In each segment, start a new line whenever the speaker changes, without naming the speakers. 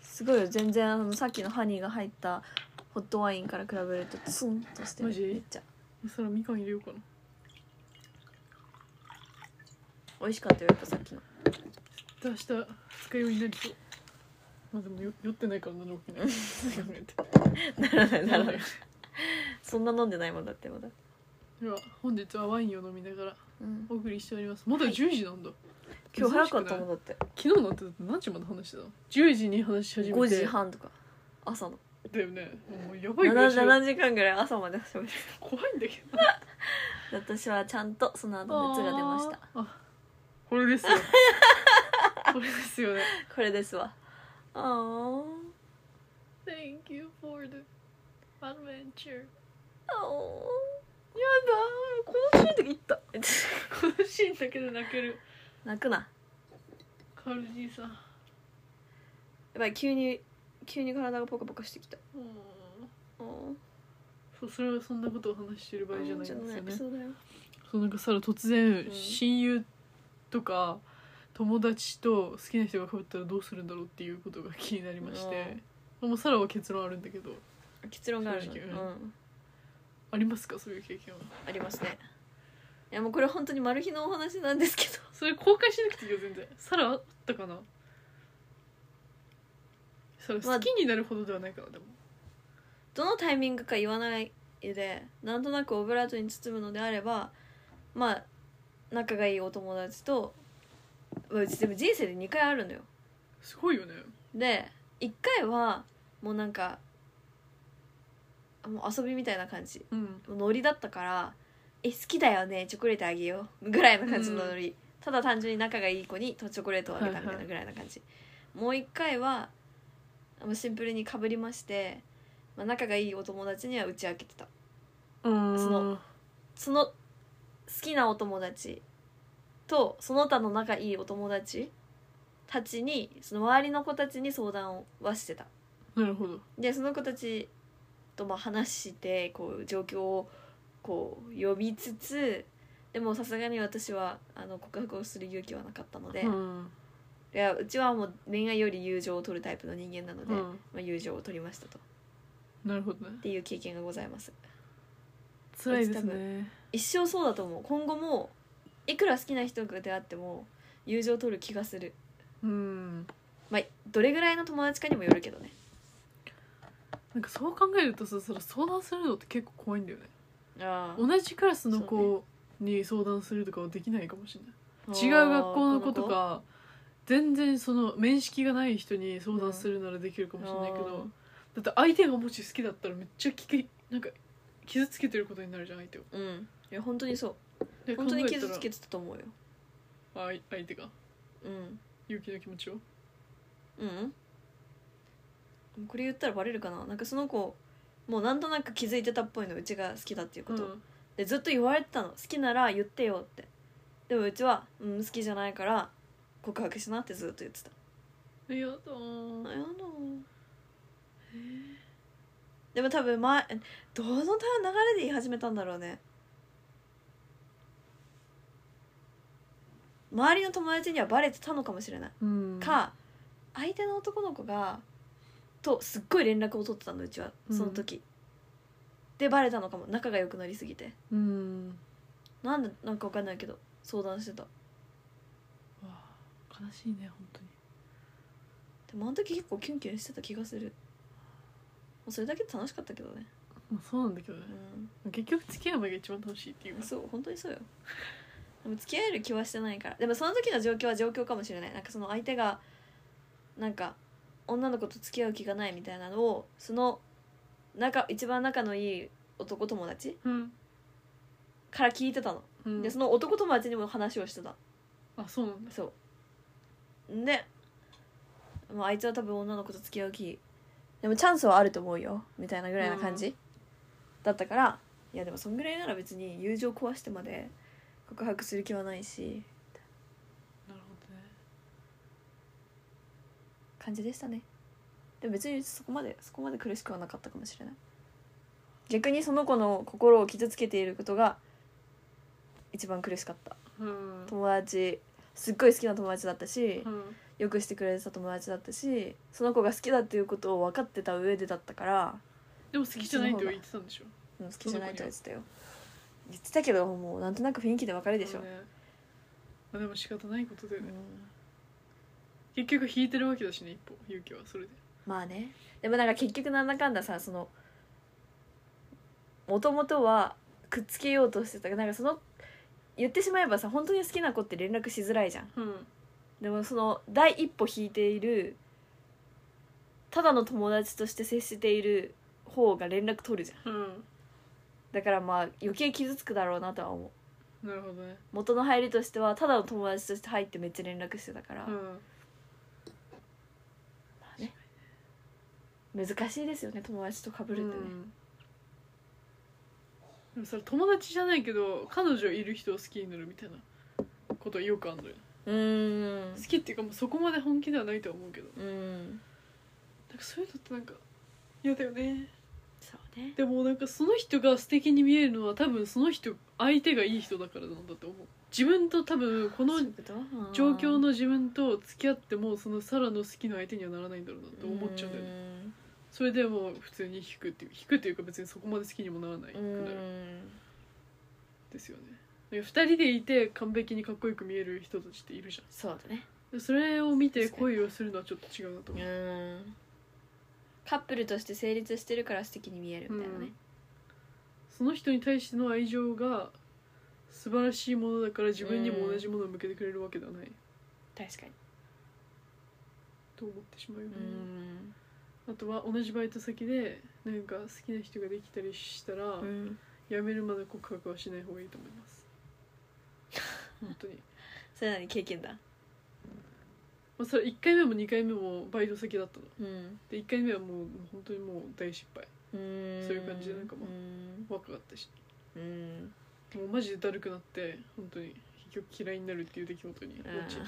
すごいよ全然あのさっきのハニーが入ったホットワインから比べるとツンとしてる
マジ
めっちゃ
そらみかん入れようかな
美味しかったよやっぱさっきの
明日二日酔いになりそうまあでもよ酔ってないから何も 起きない考えて
ならないならない
で
そんな飲んでないもんだってまだ
は本日はワインを飲みながら
うん
お送りしておりますまだ10時なんだ、
今日早かったも
ん
んだって
昨日なんて何時まで話してたの10時に話し始めて
5時半とか朝の
だよねもうやばいぐらい
7,
しろ
7時間ぐらい朝まで喋って
怖いんだけど
た私はちゃんとその後熱が出ました
あーあこれ ですよこれですよね
これですわあー
Thank you for the adventure
あ
やだーこのシーンだけ言った
ー
このシーンだけで泣ける
泣くな
カールじいさん
やばい急に急に体がポカポカしてきた
うん
あー
そうそれはそんなことを話してる場合じゃないんですよね
そうだよ
そうなんかさら突然
うん
親友とか友達と好きな人が被ったらどうするんだろうっていうことが気になりまして、もうサラは結論あるんだけど
結論があるの、う
正直
ん、
ありますかそういう経験は
ありますねいやもうこれ本当にマル秘のお話なんですけど
それ公開しなくていいよ全然サラあったかなサラ
まあ
好きになるほどではないかなでも
どのタイミングか言わないでなんとなくオブラートに包むのであればまあ仲がいいお友達とまあうちでも人生で2回あるのよ
すごいよね
で1回はもうなんかもう遊びみたいな感じ
うん
ノリだったから「え好きだよねチョコレートあげよう」ぐらいの感じのノリ、ただ単純に仲がいい子にとチョコレートをあげたみたいなぐらいな感じ、もう一回はもうシンプルにかぶりまして、まあ、仲がいいお友達には打ち明けてた
そ
そのその好きなお友達とその他の仲いいお友達たちにその周りの子たちに相談をはしてた
なるほど
でその子たちとまあ話してこう状況をこう呼びつつでもさすがに私はあの告白をする勇気はなかったので、
う
い
ん
やうちはもう恋愛より友情を取るタイプの人間なので、
う
ま
ん
あ、友情を取りましたとっ
なるほどね
ていう経験がございます
辛いですね
一生そうだと思う今後もいくら好きな人が出会っても友情を取る気がする
うん
まあどれぐらいの友達かにもよるけどね
なんかそう考えるとさそれ相談するのって結構怖いんだよね
あ
同じクラスの
そ
子に相談するとかはできないかもしれない違う学校の子とか全然その面識がない人に相談するならできるかもしれないけ
うん
ど、だって相手がもし好きだったらめっちゃ聞きなんか傷つけてることになるじゃん相手を
うんいや本当にそう
で
本当に
考えた
傷
ら
つけてたと思うよ
あい相手が
うん
勇気の気持ちを
うんこれ言ったらバレるかななんかその子もうなんとなく気づいてたっぽいのうちが好きだっていうこと、
うん
でずっと言われてたの好きなら言ってよってでもうちは、うん、好きじゃないから告白しなってずっと言ってた
えやだー
あやだでも多分前どの流れで言い始めたんだろうね周りの友達にはバレてたのかもしれない
うん
か相手の男の子がとすっごい連絡を取ってたのうちはその時、でバレたのかも仲が良くなりすぎて
うん
なんでなんか分かんないけど相談してた
わあ悲しいね本当に
でもあの時結構キュンキュンしてた気がするもうそれだけで楽しかったけどね
まあそうなんだけどね
う
結局付き合う前が一番楽しいっていうんか
そう本当にそうよでも付き合える気はしてないからでもその時の状況は状況かもしれないなんかその相手がなんか女の子と付き合う気がないみたいなのをその仲一番仲のいい男友達
うん、
から聞いてたの、
うん
でその男友達にも話をしてた
あそうなんだ
そうでもうあいつは多分女の子と付き合う気でもチャンスはあると思うよみたいなぐらいな感じ、だったからいやでもそんぐらいなら別に友情壊してまで告白する気はないし
なるほどね
感じでしたねでも別にそこまでそこまで苦しくはなかったかもしれない逆にその子の心を傷つけていることが一番苦しかった
うん
友達すっごい好きな友達だったし、
うん
よくしてくれてた友達だったしその子が好きだっていうことを分かってた上でだったから、
でも好きじゃないとは言ってたんでしょ
うん、好きじゃないとは言ってたよ言ってたけどもうなんとなく雰囲気で分かるでしょ、
そうねまあ、でも仕方ないことだよ
う
ね、
ん
結局引いてるわけだしね一歩勇気はそれで
まあねでもなんか結局なんだかんださそのもともとはくっつけようとしてたなんかその言ってしまえばさ本当に好きな子って連絡しづらいじゃん
うん
でもその第一歩引いているただの友達として接している方が連絡取るじゃん
うん
だからまあ余計傷つくだろうなとは思う
なるほどね
元の入りとしてはただの友達として入ってめっちゃ連絡してたから、
うん
まあね難しいですよね友達と被るってね、
うんでもそれ友達じゃないけど彼女いる人を好きになるみたいなことはよくあるのよ
うーん
好きっていうかもうそこまで本気ではないとは思うけど
うん
なんかそういうのってなんか嫌だよね
そうね
でもなんかその人が素敵に見えるのは多分その人相手がいい人だからなんだと思う自分と多分この
そういうこと
状況の自分と付き合ってもそのサラの好きな相手にはならないんだろうなと思っちゃうんだよね
ね
それでもう普通に引くっていう引くというか別にそこまで好きにもならないく
う
なる
ん
ですよね2人でいて完璧にかっこよく見える人たちっているじ
そうだね
ゃんそれを見て恋をするのはちょっと違うなと
う
思う、
んカップルとして成立してるから素敵に見えるみたいなね、
その人に対しての愛情が素晴らしいものだから自分にも同じものを向けてくれるわけではない
確かに
と思ってしまうよね
う、ん
あとは同じバイト先でなんか好きな人ができたりしたら、
うん
辞めるまで告白はしない方がいいと思います本当に、
それなりに経験だ
まあ、それ1回目も2回目もバイト先だったの
うん
で1回目はもう本当にもう大失敗
そうい
いう感じでなんかもう
うん
若かったし
うん
もうマジでだるくなって本当に結局嫌いになるっていう出来事になっちゃっ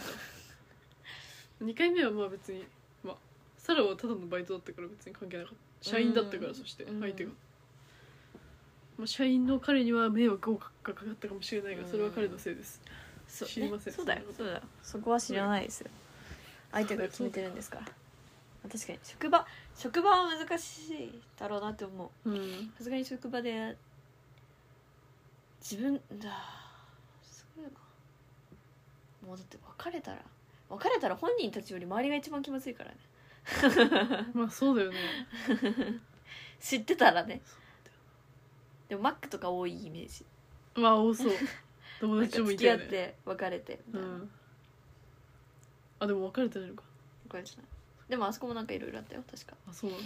た2回目はまあ別にまあサラはただのバイトだったから別に関係なかった社員だったか
う
ら
ん
そして
うん
相手が、まあ、社員の彼には迷惑がかかったかもしれないがそれは彼のせいです
そうね
知りません
そうだよ
そんなこと
そうだよそこは知らないですよ相手が決めてるんですから確かに職場職場は難しいだろうなって思う
うん
さすがに職場で自分だすごいなもうだって別れたら別れたら本人たちより周りが一番気まずいからね
まあそうだよね
知ってたらねでもマックとか多いイメージ
まあ多そう友
なん
達
か
も
付
い
き
た
合
よ
っ
ね
て別れてみ
う
たいな、
んあでも別れてないのか
別れてないでもあそこもなんかいろいろあったよ確か
あそうなの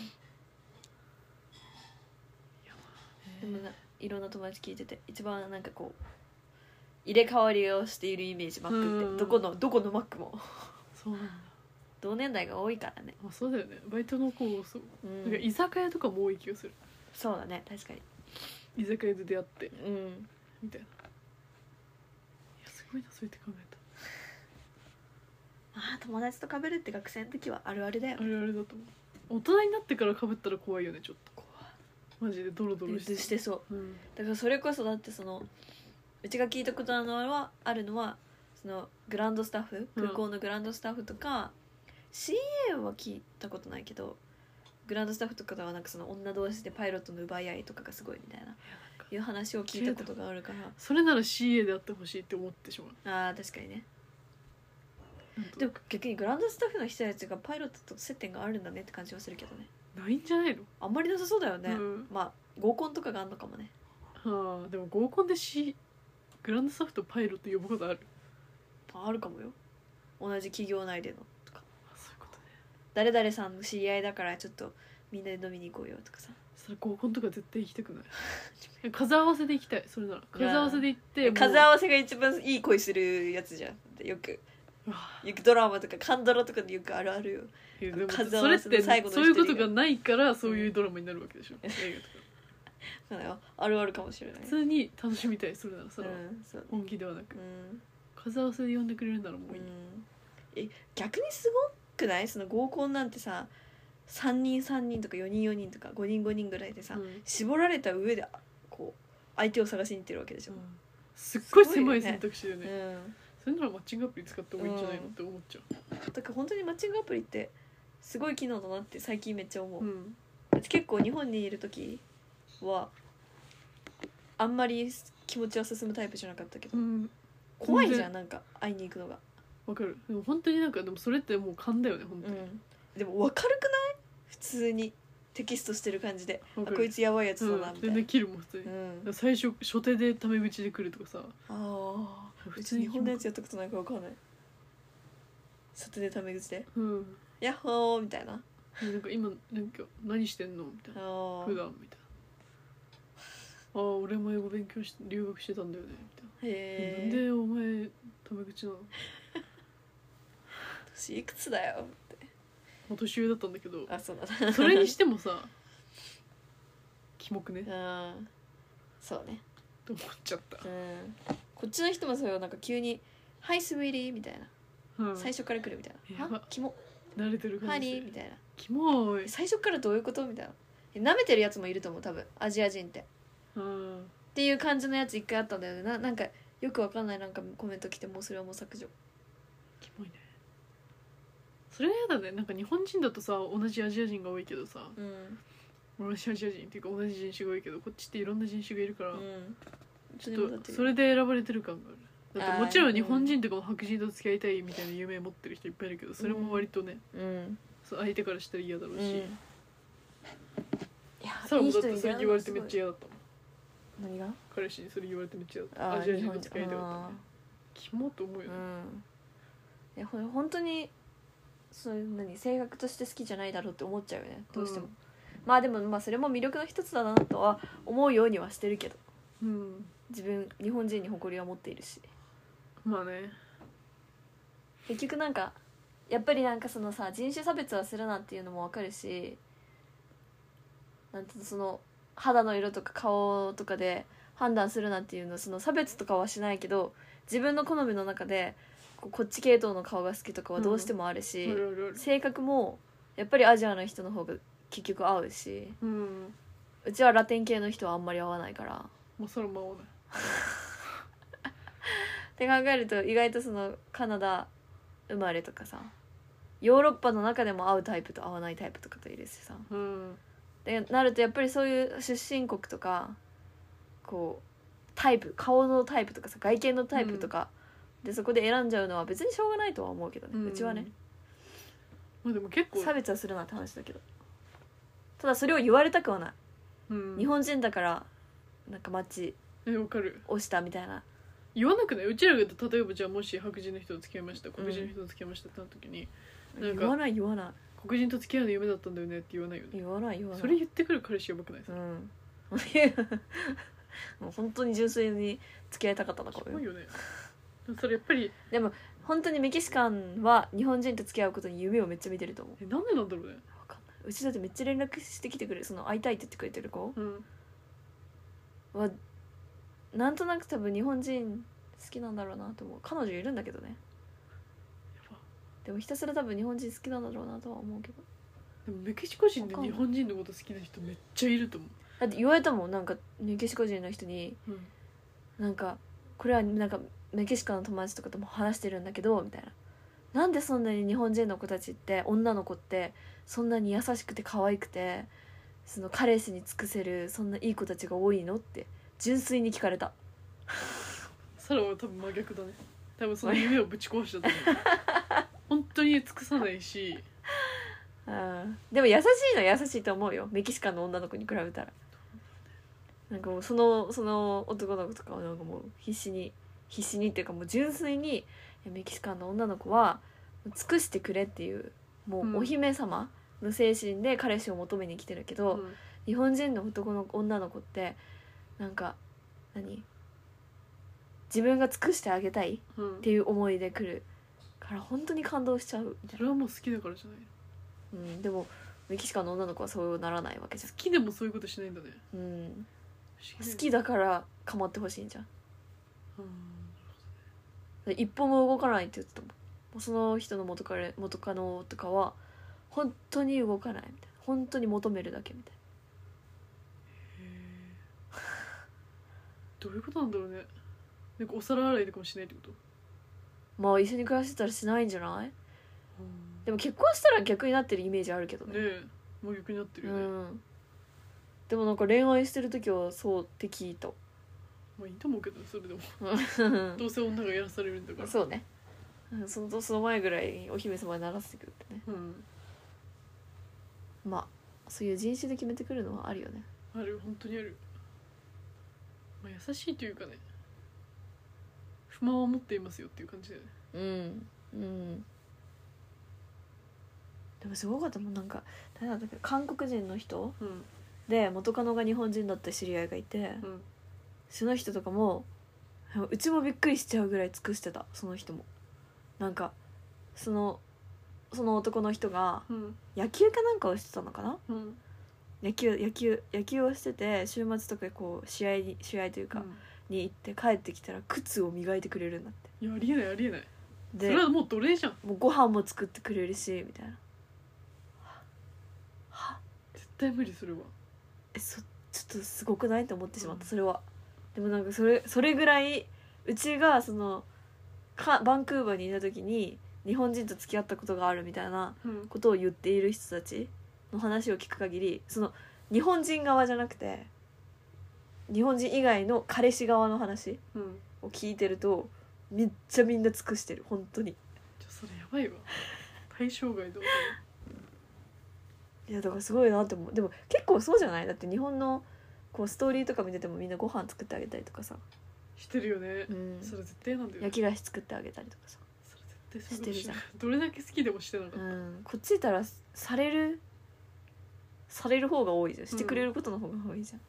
でもないろんな友達聞いてて一番なんかこう入れ替わりをしているイメージマックっ
うん
てどこのどこのマックも
そうなんだ
同年代が多いからね、
あそうだよねバイトの子もそう、
う
なんか
ん、
居酒屋とかも多い気がする
そうだね確かに
居酒屋で出会って
うん
みたいないやすごいなそうやって考え
まあ友達と被るって学生の時はあるあるだよ
たあれあれだと思う大人になってからかぶったら怖いよねちょっと怖いマジでドロドロして
ずしてそ
う
う
ん
だからそれこそだってそのうちが聞いたことあるのはあるのはそのグランドスタッフ
うん
空港のグランドスタッフとか、CA は聞いたことないけどグランドスタッフとかではなんかその女同士でパイロットの奪い合いとかがすごいみたいないう話を聞いたことがあるから
それなら CA であってほしいって思ってしまう
あー確かにね
なんと
でも逆にグランドスタッフの人たちがパイロットと接点があるんだねって感じはするけどね
ないんじゃないの
あんまりなさそうだよね、
うん
まあ合コンとかがあんのかもね
はあでも合コンで C グランドスタッフとパイロット呼ぶことある
ああるかもよ同じ企業内でのとか
あそういうことね
誰々さんの知り合いだからちょっとみんなで飲みに行こうよとかさ
それ合コンとか絶対行きたくないいや 数合わせで行きたいそれなら数合わせで行ってもう
数合わせが一番いい恋するやつじゃんってよく
うわ
よくドラマとかカンドラとかでよくあるあるよ
いやでも
数合
それ
わ
っ
せの
て
最後の一人
そ
が
ういうことがないからそういうドラマになるわけでしょ、映画とか
そうだよあるあるかもしれない
普通に楽しみたいそれなら
う
その、
んそう
本気ではなく
うん
数合わせで呼んでくれるならも
う
ういい、
んえ逆にすごくないその合コンなんてさ3人3人とか4人4人とか5人5人ぐらいでさ、
うん
絞られた上でこう相手を探しに行ってるわけでしょ、
すっごい
すごいよ
狭
ね
い選択肢だよね
うん
それならマッチングアプリ使った方がいいんじゃないのって思っちゃ
だから本当にマッチングアプリってすごい機能だなって最近めっちゃ思う、
ううん
私結構日本にいる時はあんまり気持ちは進むタイプじゃなかったけど、
うん
怖いじゃ
全
んなんか会いに行くのが、
わかるでも本当になんかでもそれってもう勘だよね本
う
当に、
ん、でも分かるくない普通にテキストしてる感じで
わ
あ
かる
こいつやばいやつだな
うん
みた
全
いな、う
然切るもん普通に、だか
ん、
ら最初初手でタメ口で来るとかさ
ああ
普
別
通
に
に
日本のやつやったことないから分かんない外でタメ口で
うん
「ヤッホー!」みたいな
なんか今なんか何してんのみたいな
あ
普段みたいなああ俺も英語勉強し留学してたんだよねみたいな
ーへ
なん
え
でお前タメ口なの
年いくつだよって
まあ年上だったんだけど
あそうなんだ
それにしても さキモくね
うんそうね
と思っちゃった、
うんこっちの人もそうよなんか急に「はいスウィリー」みたいな、
うん、
最初から来るみたいな
や
「
ば
はキモ
慣れてる
ハ
感じ
ニー」
し
み
て
たいな
キモい
え、最初からどういうことみたいなえ舐めてるやつもいると思う多分アジア人ってっ
うん、
ていう感じのやつ一回あったんだよねななんかよくわかんないなんかコメント来てもうそれはもう削除
キモいねそれはやだねなんか日本人だとさ同じアジア人が多いけどさ
うん
同じアジア人っていうか同じ人種が多いけどこっちっていろんな人種がいるから、
うんち
ち
ょ
ょ
っ
っ
と
とそれで選ばれてる感があるだってもちろん日本人とかも白人と付き合いたいみたいな夢持ってる人いっぱいいるけどそれも割とね、
うん
そう相手からしたら嫌だろう
うん
し、
いや
サラ
い
も
い
だっ
人
て
に
それ言われてめっちゃ
ゃ
嫌だったもん
何が
彼氏にそれ言われてめっちゃ嫌だった
あ
ア
あ
ジア
日
人
本
と付き合いたかった
あ
ねキモと思う
ー
よ
う
ね、
んいやほん本当にそういう何性格として好きじゃないだろうって思っちゃうよねどうしても、
うん
まあでもまあそれも魅力の一つだなとは思うようにはしてるけど
うん、
自分日本人に誇りは持っているし
まあね
結局なんかやっぱりなんかそのさ人種差別はするなっていうのもわかるしなんていうのその肌の色とか顔とかで判断するなっていうのその差別とかはしないけど自分の好みの中でこうこっち系統の顔が好きとかはどうしてもある
あ
し、
るあるある
性格もやっぱりアジアの人の方が結局合うし
うん
うちはラテン系の人はあんまり合わないから。
まあそれも合わない
って考えると意外とそのカナダ生まれとかさヨーロッパの中でも合うタイプと合わないタイプとかといるしさ
うん
でなるとやっぱりそういう出身国とかこうタイプ顔のタイプとかさ外見のタイプとか、でそこで選んじゃうのは別にしょうがないとは思うけどね、うちはね
まあでも結構
差別はするなって話だけどただそれを言われたくはない、
うん
日本人だからなんか街
えわかる
押したみたいな
言わなくないうちらが例えばじゃあもし白人の人と付き合いました黒人の人と付き合いましたってなった時に、なんか
言わない言わない
黒人と付き合うの夢だったんだよねって言わないよね
言わない言わない
それ言ってくる彼氏やばくないさ
う、んいや もう本当に純粋に付き合いたかったなこ
キ
れ
モいよねそれやっぱり
本当にメキシカンは日本人と付き合うことに夢をめっちゃ見てると思う
えなんでなんだろうね
わかんないうちだってめっちゃ連絡してきてくれるその会いたいって言ってくれてる子
うん
はなんとなく多分日本人好きなんだろうなと思う彼女いるんだけどね
やば
でもひたすら多分日本人好きなんだろうなとは思うけど
でもメキシコ人で日本人のこと好きな人めっちゃいると思
だって言われたもんなんかメキシコ人の人に
う、うん、
なんかこれはなんかメキシカンの友達とかとも話してるんだけどみたいななんでそんなに日本人の子たちって女の子ってそんなに優しくて可愛くてその彼氏に尽くせるそんないい子たちが多いのって純粋に聞かれた
サラは多分真逆だね多分その夢をぶち壊したと思う 本当に尽くさないし
うんでも優しいのは優しいと思うよメキシカンの女の子に比べたらなんかもうそのその男の子とかはなんかもう必死に必死にっていうかもう純粋にいやメキシカンの女の子は尽くしてくれっていうも
うん
うお姫様の精神で彼氏を求めに来てるけど、
うん
日本人の男の女の子ってなんか何自分が尽くしてあげたい
うん
っていう思いで来るから本当に感動しちゃうみたいな
それはもう好きだからじゃないの
うん、でもメキシカンの女の子はそうならないわけじ
好きでもそういうことしないんだね
ゃん、うん、
不思議だよね
好きだから構ってほしいんじゃん
うん
一歩も動かないって言ってたもんもうその人の元彼元カノとかは本当に動かないみたいな本当に求めるだけみたい
へーどういうことなんだろうねなんかお皿洗いとかもしないってこと
まあ一緒に暮らしてたらしないんじゃないでも結婚したら逆になってるイメージあるけど
ね
ね
えもう逆になってる
う
よね、も
んでもなんか恋愛してる時はそうって聞いた
ういいと思うけどそれでもどうせ女がやらされるんだから
そうねうんそのその前ぐらいにお姫様にならせてくるってね
うん
まあそういう人種で決めてくるのはあるよね
ある本当にある、まあ、優しいというかね不満を持っていますよっていう感じだよね
うんうんでもすごかったもんなんか誰だったっけ韓国人の人
うん
で元カノが日本人だった知り合いがいて
うん
その人とかもうちもびっくりしちゃうぐらい尽くしてたその人もなんかそのその男の人が
うん
野球かなんかをしてたのかな
うん
野球野球野球をしてて週末とかこう試合に試合というか、に行って帰ってきたら靴を磨いてくれるんだって
いやありえないありえないそ
で
れはもう奴隷じゃん
もうご飯も作ってくれるしみたいな
絶対無理それは
えそちょっとすごくないと思ってしまっ
う
た
ん
それはでもなんかそれそれぐらいうちがそのかバンクーバーにいた時に日本人と付き合ったことがあるみたいな
うん
ことを言っている人たちの話を聞く限りその日本人側じゃなくて日本人以外の彼氏側の話
うん
を聞いてるとめっちゃみんな尽くしてる本当に
じゃそれやばいわ対象外だわ
いやだからすごいなって思うでも結構そうじゃないだって日本のこうストーリーとか見ててもみんなご飯作ってあげたりとかさ、
してるよね
うん、
それ絶対なんだよね
焼き菓子作ってあげたりとかさ、
それ絶対そう
してるじゃん
どれだけ好きでもしてなかった
うん、こっちいたらされるされる方が多いじゃんしてくれることの方が多いじゃん、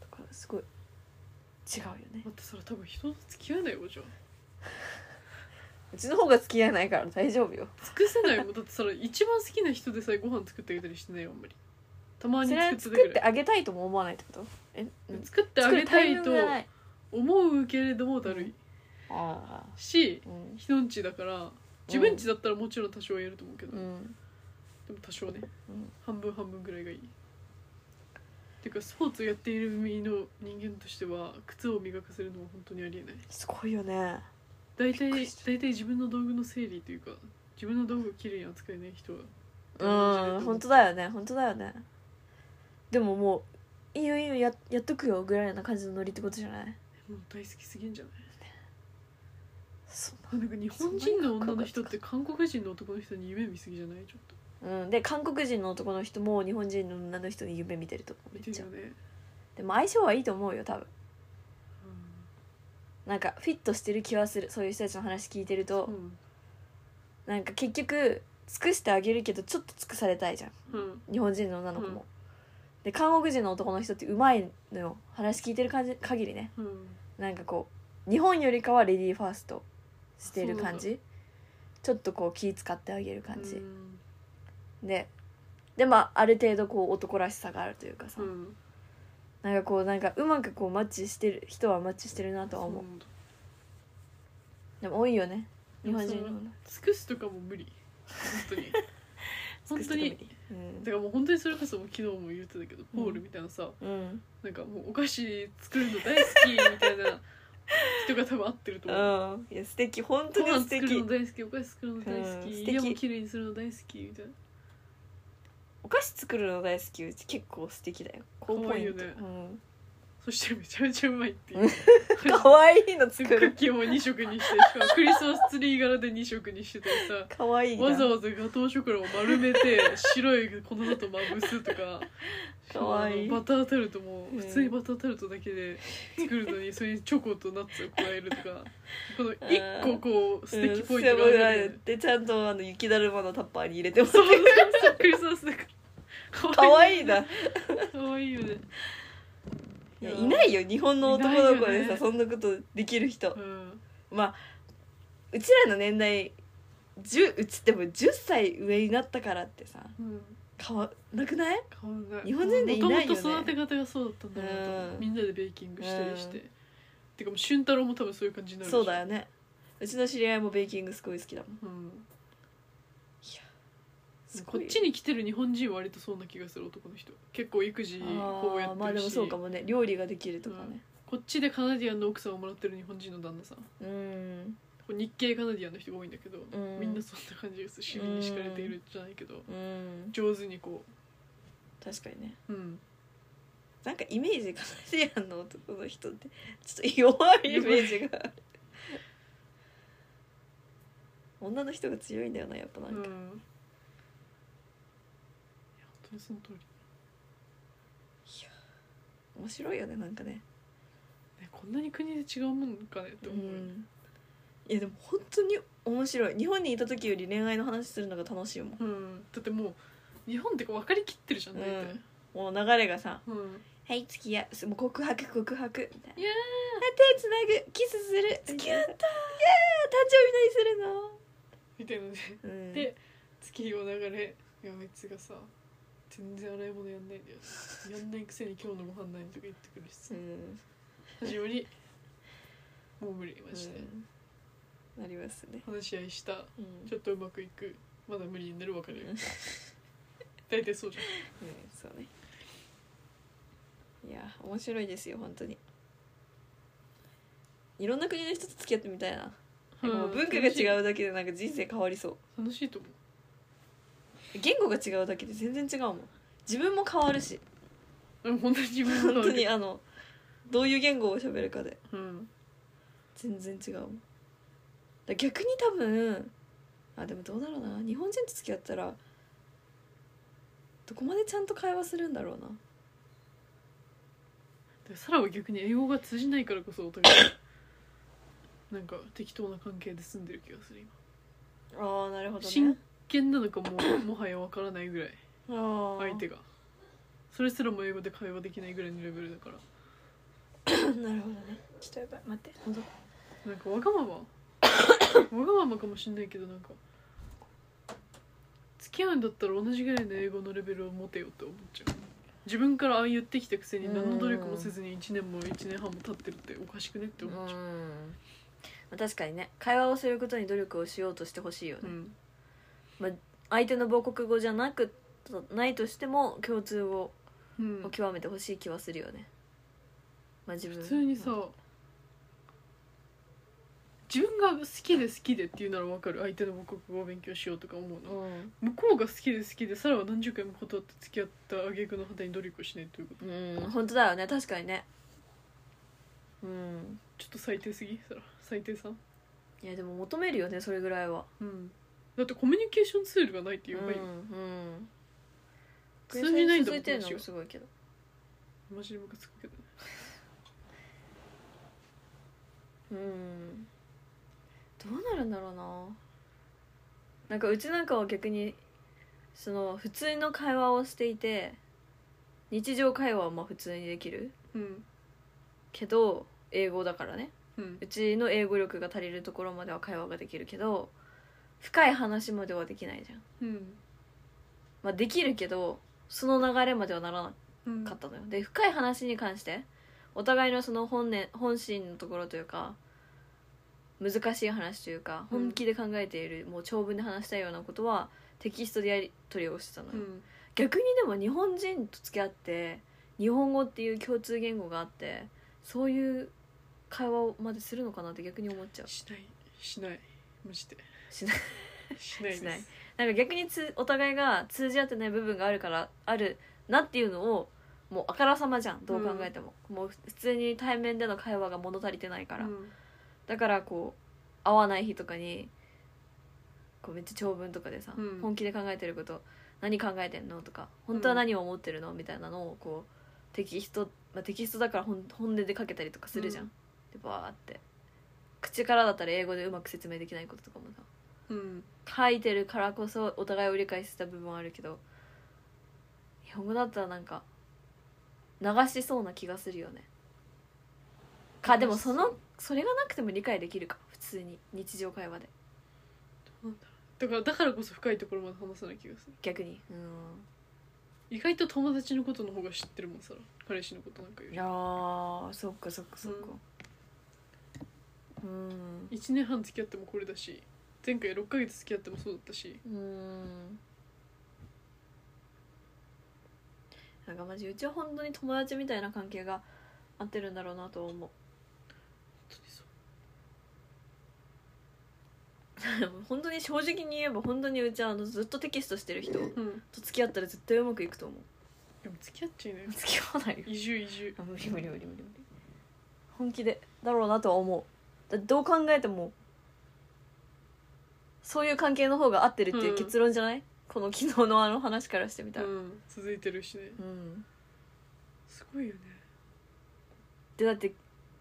だからすごい違うよね
待ってそれ多分人と付き合えないわじゃあ
うちの方が付き合えないから大丈夫よ
尽くせないもんだってそれ一番好きな人でさえご飯作ってあげたりしてないよあんまりたまに
それは
作って
作
たぐ
って
らい
あげたいとも思わないってことえうん
作ってあ
作
げ
るタ
た
イミ
い
ン
と
グがない
思うけれどもだるい
ああ
し
うん
人んちだから自分ちだったらもちろん多少やると思うけど、
う
で
ん
も多少ね
うん
半分半分ぐらいがいいていうかスポーツをやっている身の人間としては靴を磨かせるのは本当にありえない
すごいよね
大
びっく
体
りした
大体自分の道具の整理というか自分の道具をきれいに扱えない人は
うん本当だよね本当だよねでももういいよいいよややっとくよぐらいな感じのノリってことじゃない
もう大好きすぎんじゃない
そ
なんか日本人の女の人って韓国人の男の人に夢見すぎじゃないちょっと
う、うん、で韓国人の男の人も日本人の女の人に夢見てると思う
見
め
て
っ
る
ちゃ
よね、
でも相性はいいと思うよ多
う
分なんかフィットしてる気はするそういう人たちの話聞いてると
ん、うん
なんか結局尽くしてあげるけどちょっと尽くされたいじゃん
うん
日本人の女の子も、
うん
で韓国人の男の人ってうまいのよ話聞いてる感じ限りね
うん
なんかこう日本よりかはレディーファーストしてる感じちょっとこう気使ってあげる感じ、
うん
ででまあある程度こう男らしさがあるというかさ、
うん
なんかこうなんかうまくこうマッチしてる人はマッチしてるなとは思う
そうなんだ
でも多いよね
で
日
も
本
そ
人
れは
の
尽くすとかも無理本当 に本当に
うん
だからもう本当にそれこそもう昨日も言ってたけど、ポールみたいなさ
うん
なんかもうお菓子作るの大好きみたいな人が多分合ってると思う
うんいや素敵本
ご
当に
飯
素
作る
敵
の大好きお菓子作るの大好き、
うん素敵
家も綺麗にするの大好きみたいな
お菓子作るの大好きうち結構素敵だよ高ポイント
可愛いよねそしてめちゃめちゃうまいっていう
うん可愛いの
ク
作
ッ
る
キーも2色にしてしかもクリスマスツリー柄で2色にしててさ
可愛いな
わざわざガトーショコラを丸めて白い粉だとまぶすとか
かわいい
あのバタータルトも
うん
普通にバタータルトだけで作るの にそれにチョコとナッツを加えるとかこの1個こう素敵ポイントがあるよね
でちゃんとあの雪だるまのタッパーに入れてます
そうそうそうクリスマスだから
可愛いな
かわいいよね
いやいないよ日本の男の子
いない
でさ
よね
そんなことできる人
うん
まあうちらの年代10うちっても10歳上になったからってさ
うん
変わなくない
変わんない
日本人でいないよね
もともと育て方がそうだったんだろうと思う、
うん
みんなでベーキングしたりして、
う
てかもう俊太郎も多分そういう感じになるでしょ
そうだよねうちの知り合いもベーキングすごい好きだもん
うん
すご
こ
い
っちに来てる日本人は割とそうな気がする男の人結構育児
あ
こうや
ー
っ
まあ
て
で
る
も
し、
そうかもね料理ができるとかね、
子こっちでカナディアンの奥さんをもらってる日本人の旦那さんこ
うん
う日系カナディアンの人が多いんだけど、
うん
みんなそんな感じです尻に敷かれているじゃないけど、
うん
上手にこ
確かにね
う、うん、
なんかイメージカナディアンの男の人ってちょっと弱いイメージがある女の人が強いんだよなやっぱな
うん
ん
い
か、
や本当にその通り、
面白いよねなんかね
ね、こんなに国で違うもんかねって思う、
うんいやでも本当に面白い日本にいた時より恋愛の話するのが楽しいもん
うんだってもう日本ってこう分かりきってるじゃん大体、
もう流れがさ
うん
「はい付き合う」もう告白告白みたいな「
いや
手つなぐキスする」「付き合った」「イエーイ誕生日何
みたいなね
するの?」うん
で月を流れいやあいつがさ全然洗い物やんないんだよやんないくせに今日のご飯ないとか言ってくるし
う
さ
ん
始まりもう無理マジで、
うんなりますね
話し合いした
うん
ちょっとうまくいくまだ無理になる別れる
うん
大体そうじゃん
うんそうねいや面白いですよ本当にいろんな国の人と付き合ってみたいな、なんかもう文化が違
う
うだけでなんか人生変わりそう
楽しいと思う
言語が違うだけで全然違うもん自分も変わるし
でも本当に自分の
本当にあのどういう言語を喋るかで
うん
全然違うもんだから逆に多分あでもどうだろうな日本人と付き合ったらどこまでちゃんと会話するんだろうな
でサラは逆に英語が通じないからこそお互いなんか適当な関係で住んでる気がする今
ああなるほど
真
ね
剣なのかももはやわからないぐらい
あー
相手がそれすらも英語で会話できないぐらいのレベルだから
なるほどねちょっとやばい待って戻っ
なんかわがままわがままかもしんないけどなんか付き合うんだったら同じぐらいの英語のレベルを持てよって思っちゃう自分からああ言ってきたくせに何の努力もせずに1年も1年半も経ってるっておかしくねって
て
思っちゃう
まあ確かにね会話をすることに努力をしようとしてほしいよね、
うん
相手の母国語じゃなくないとしても共通語
うん
を極めてほしい気はするよね、まあ自分
普通にさ自分が好きで好きでっていうならわかる相手の母国語を勉強しようとか思う
う
の
ん
向こうが好きで好きでサラは何十回も断って付き合った挙句の果てに努力をしないということ
うん本当だよね確かにねうん
ちょっと最低すぎサラ最低さん
いやでも求めるよねそれぐらいは
うんだってコミュニケーションツールがないって
う
や
ん
ばいよ、
うん
通じないんだも
続
ん
いてるの
こ
も
っち
すごいけど
がマジでムカつくけどね
うんどうなるんだろうななんかうちなんかは逆にその普通の会話をしていて日常会話はまあ普通にできる
うん
けど英語だからね
うん
うちの英語力が足りるところまでは会話ができるけど深い話まではできないじゃん、
うん
まあ、できるけどその流れまではならな
うん
かったのよで深い話に関してお互いのその本音本心のところというか難しい話というか
うん
本気で考えている、もう長文で話したいようなことはテキストでやり取りをしてたのよ、
うん
逆にでも日本人と付き合って日本語っていう共通言語があってそういう会話までするのかなって逆に思っちゃう
しないしないマジで
しない
しないです
しないなんか逆につお互いが通じ合ってない部分があるからあるなっていうのをもうあからさまじゃんどう考えても、もう普通に対面での会話が物足りてないから、
うん
だからこう会わない日とかにこうめっちゃ長文とかでさ、
うん
本気で考えてること何考えてんのとか本当は何を思ってるのみたいなのをこうテキスト、まあ、テキストだから本本音でかけたりとかするじゃん、
うん
でバーって口からだったら英語でうまく説明できないこととかもさ
うん
書いてるからこそお互いを理解してた部分はあるけど日本語だったらなんか流しそうな気がするよねかでもそのそれがなくても理解できるか普通に日常会話で
なんだろうだからだからこそ深いところまで話さない気がする
逆にう
意外と友達のことの方が知ってるもんさ彼氏のことなんかよ
ん
り
あそっかそっか
そっか
うん
1年半付き合ってもこれだし前回6ヶ月付き合ってもそうだったし
うんなんかマジうちは本当に友達みたいな関係が合ってるんだろうなと思う
当にそう
本当に正直に言えば本当にうちはあのずっとテキストしてる人と
うん
付き合ったら絶対うまくいくと思う
でも付き合っちゃいなよ
付き合わないよ
移住移住
あ無理無理無理無理無理本気でだろうなとは思うだどう考えてもそういう関係の方が合ってるっていう結論じゃない、この昨日のあの話からしてみた
う
らうん、
ん続いてるしねすごいよね
でだって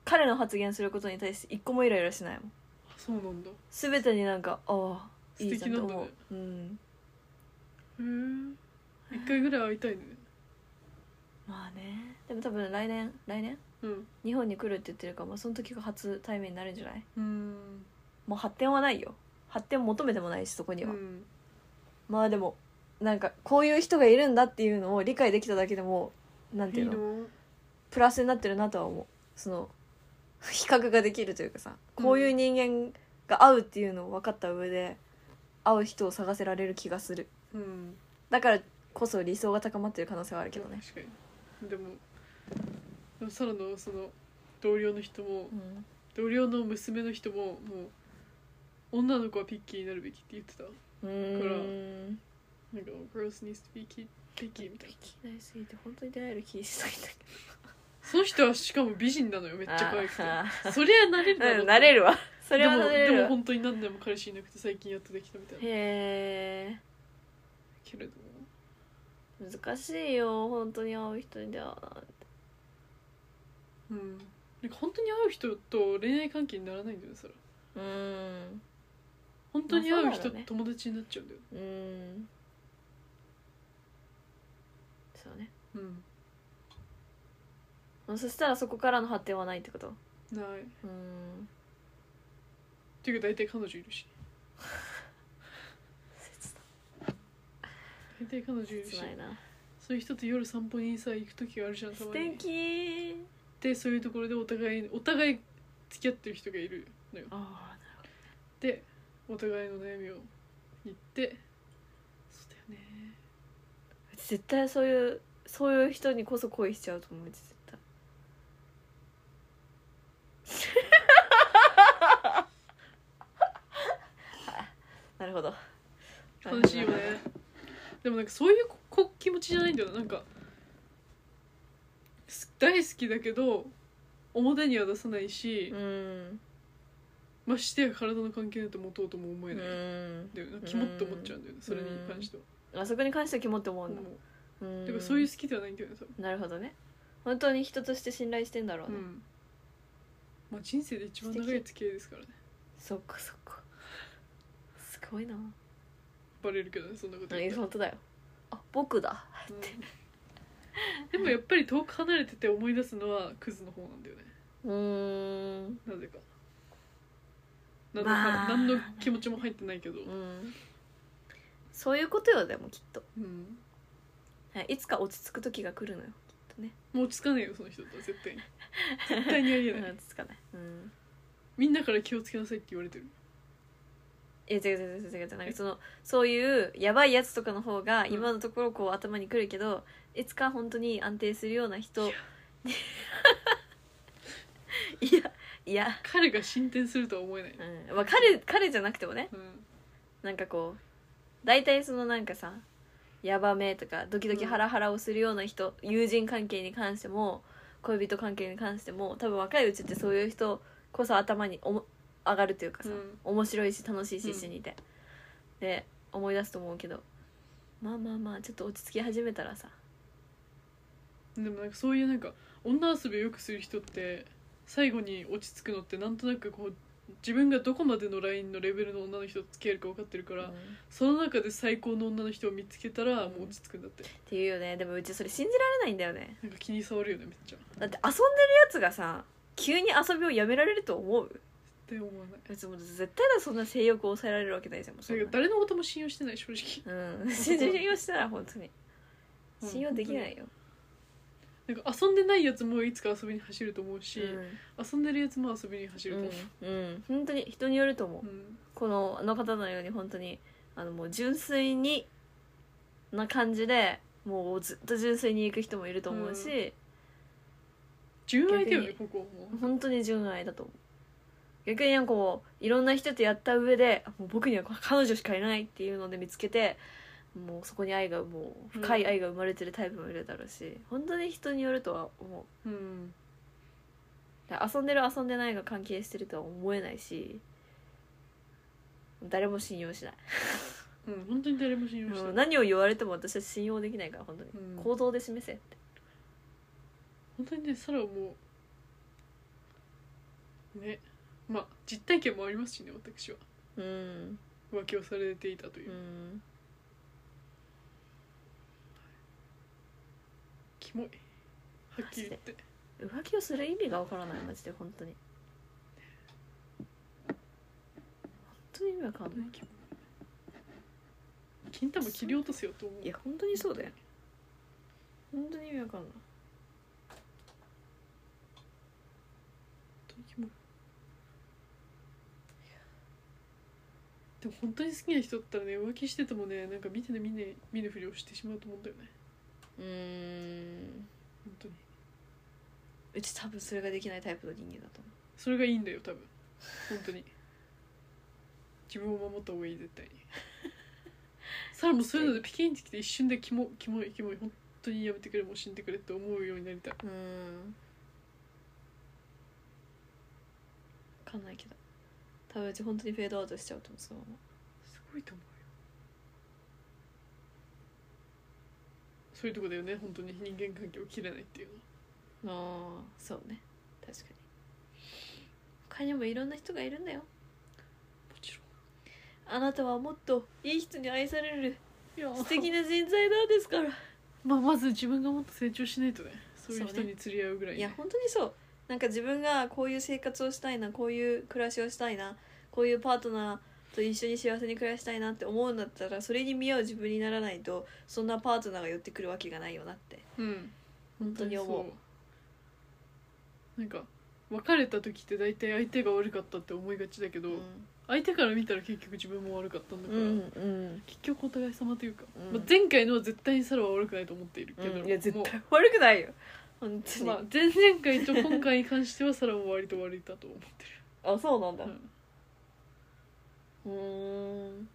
彼の発言することに対して一個もイライラしないもん
あそうなんだ
全てになんかああいいじゃんと
素敵なん
思
だ
う
ね、
うん
へえ一回ぐらい会いたいね
まあねでも多分来年来年
うん
日本に来るって言ってるから、まあ、その時が初対面になるんじゃない
うん
もう発展はないよ発展求めてもないしそこに
う
は、
ん
まあでもなんかこういう人がいるんだっていうのを理解できただけでもなんて
い
い
いう
の
の
プラスになってるなとは思うその比較ができるというかさこういう人間が合うっていうのを分かった上で合う人を探せられる気がする
うん
だからこそ理想が高まってる可能性はあるけどね、
確かにでもでもサラのその同僚の人も
うん、
同僚の娘の人ももう女の子はピッキーになるべきって言ってた
うーん
なんか girls needs to be kid- picky みたいな
気になりすぎて本当に出会える気しないんだ
その人はしかも美人なのよめっちゃ可愛くて
あ
そりゃな れるだろう
うんなれるわそれはなれ
でもで
る
も
わ
本当に何年も彼氏いなくて最近やっとできたみたいな
へえ
けれども
難しいよ本当に会う人に出会うなんて
うんなんか本当に会う人と恋愛関係にならないんだよねそれ
うーん
本当に会う
まあそ
人
うだろうね
友達になっちゃうんだよ
うーんそうね
うん
そしたらそこからの発展はないってこと
ないう
ーん
っていうか大体彼女いるし
切
大体彼女いるし
切ないな
そういう人と夜散歩にさ行く時があるじゃんた
素
まに
敵
でそういうところでお互いお互い付き合ってる人がいるのよ
あ
でお互いの悩みを言ってそうだよね
あ絶対そういうそういう人にこそ恋しちゃうと思ううち絶対 なるほど
悲しいよねでもなんかそういうここ気持ちじゃないんだよななんかす大好きだけど表には出さないし
う、ん
ましてや体の関係なんて持とうとも思
う
えない、
ん
だよねキモって思っちゃうんだよねそれに関しては、
あそこに関しては肝って思うんだ
思う
うん
てかそういう好きではないんだよね多分
なるほどね本当に人として信頼してんだろう
う
ね、
んまあ人生で一番長い付き合いですからね
そっかそっかすごいな
バレるけどねそんなこと言
え
ったら
本当だよあ僕だ
うんでもやっぱり遠く離れてて思い出すのはクズの方なんだよね
うーん
なぜか何の,、
まあ
何の気持ちも入ってないけど、
うんそういうことよでもきっと
うん、
はいいつか落ち着く時が来るのよきっとね
もう落ち着かねえよその人とは絶対に絶対にありえ
う
なんい
落ち着かないうん
みんなから気をつけなさいって言われてる
いや違う違う違う違う違うなんかそのそういうやばいやつとかの方が
うん
今のところこう頭にくるけどいつか本当に安定するような人
い
い
や
や いや、
彼が進展するとは思えない、
うんまあ、彼彼じゃなくてもね
うん
なんかこう大体そのなんかさヤバめとかドキドキハラハラをするような人、友人関係に関しても恋人関係に関しても多分若いうちってそういう人こそ頭におも上がるというかさ、
うん
面白いし楽しいし
うん
一緒にいて、で思い出すと思うけどまあまあまあちょっと落ち着き始めたらさ
でもなんかそういうなんか女遊びをよくする人って最後に落ち着くのってなんとなくこう自分がどこまでのラインのレベルの女の人と付き合えるか分かってるから、
うんっ
その中で最高の女の人を見つけたらもう落ち着くんだって、
ていうよねでもうちそれ信じられないんだよね
なんか気に障るよねめっちゃっ
だって遊んでるやつがさ急に遊びをやめられると思う
て思わない
別に絶対だそんな性欲を抑えられるわけないじゃんもうそ
そ
ん
れ
な
が誰のことも信用してない正直
うん 信用したら本当に
うん
信用できないよ、
なんか遊んでないやつもいつか遊びに走ると思う
う
し、
ん
遊んでるやつも遊びに走ると思う、
うん、本当に人によると思う、
うん
このあの方のように本当にあのもう純粋にな感じでもうずっと純粋に行く人もいると思うし、
純愛だよね
逆
ここはも
本当に純愛だと思う逆になんかこういろんな人とやった上でもう僕には彼女しかいないっていうので見つけてもうそこに愛がもう深い愛が生まれてるタイプもいるだろうし、本当に人によるとは思
ううん
う遊んでる遊んでないが関係してるとは思えないし誰も信用しない
うん本当に誰も信用して
うん
ない
何を言われても私は信用できないから本当に、
うん
行動で示せって
本当にねサラはもうねまあ実体験もありますしね私は
うん
浮気をされていたというう、
ん
キモいはっきり言って
浮気をする意味がわからないマジで本当に本当に意味わかんない
ねキモい金玉切り落とせよと思う
いや本当にそうだよ本当に意味わかんない
本当にキモいでも本当に好きな人だったらね浮気しててもねなんか見てね見ね見ぬふりをしてしまうと思うんだよね
うん
本当に
うち多分それができないタイプの人間だと思
それがいいんだよ多分本当に自分を守った方がいい絶対にサラもそういうのでピキンってきて一瞬でキモキモいキモい本当にやめてくれもう死んでくれって思うようになりたいう
うんわかんないけど多分うち本当にフェードアウトしちゃうと思うそのます
ごいと思うよそういうとこだよね本当に人間関係を切れないっていうのは
ままああそうね確かに他にもいろんな人がいるんだよ
もちろん
あなたはもっといい人に愛される
いや
素敵な人材なんですから
まあ、まず自分がもっと成長しないとねそういう
そ
人
うね
に釣り合うぐらい,、
いや本当にそうなんか自分がこういう生活をしたいなこういう暮らしをしたいなこういうパートナーと一緒に幸せに暮らしたいなって思うんだったらそれに見合う自分にならないとそんなパートナーが寄ってくるわけがないよなって
うん
本当に思う
そうなんか別れた時って大体相手が悪かったって思いがちだけど、相手から見たら結局自分も悪かったんだから、
うん
結局お互い様というか、
うん
まあ、前回のは絶対にサラは悪くないと思っているけど、
いや絶
も
対悪くないよ本当
う
に、
まあ、前々回と今回に関してはサラも割と悪いだと思って
あそうなんだ
る、
うんうん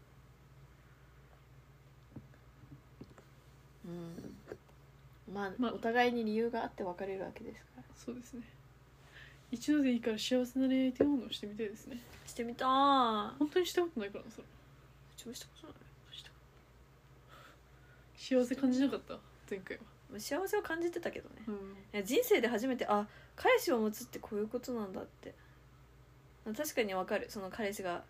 まあ、
まあ
お互いに理由があって別れるわけですから
そうですね一度でいいから幸せな恋愛っていうものをしてみたいですね
してみたー
本当にしたことないからなサラ
ちもしたことない
幸せ感じなかった前回は、
まあ幸せを感じてたけどね
うん、
いや人生で初めてあ彼氏を持つってこういうことなんだって確かにわかるその彼氏が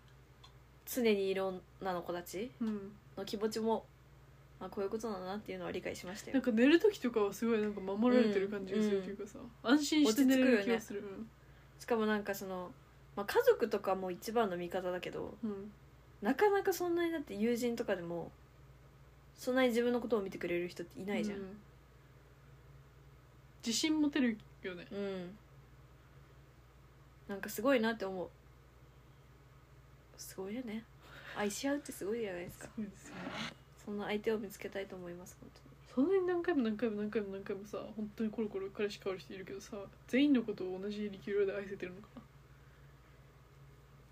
常にいる女の子たち
うん、
の気持ちもあこういうことなんだなっていうのは理解しました
な
よ
んか寝る時とかはすごいなんか守られてる感じがするというかさ、安心して寝れる気がする、
しかもなんかその、まあ、家族とかも一番の味方だけど
うんうん
なかなかそんなにだって友人とかでもそんなに自分のことを見てくれる人っていないじゃん
う、自信持てるよね
うんなんかすごいなって思うすごいよね愛し合うってすごいじゃないですか
すごいですよね
そんな相手を見つけたいと思います本
そんなに何回も何回も何回も何回もさ本当にコロコロ彼氏変わる人いるけどさ全員のことを同じ力量で愛せてるのかな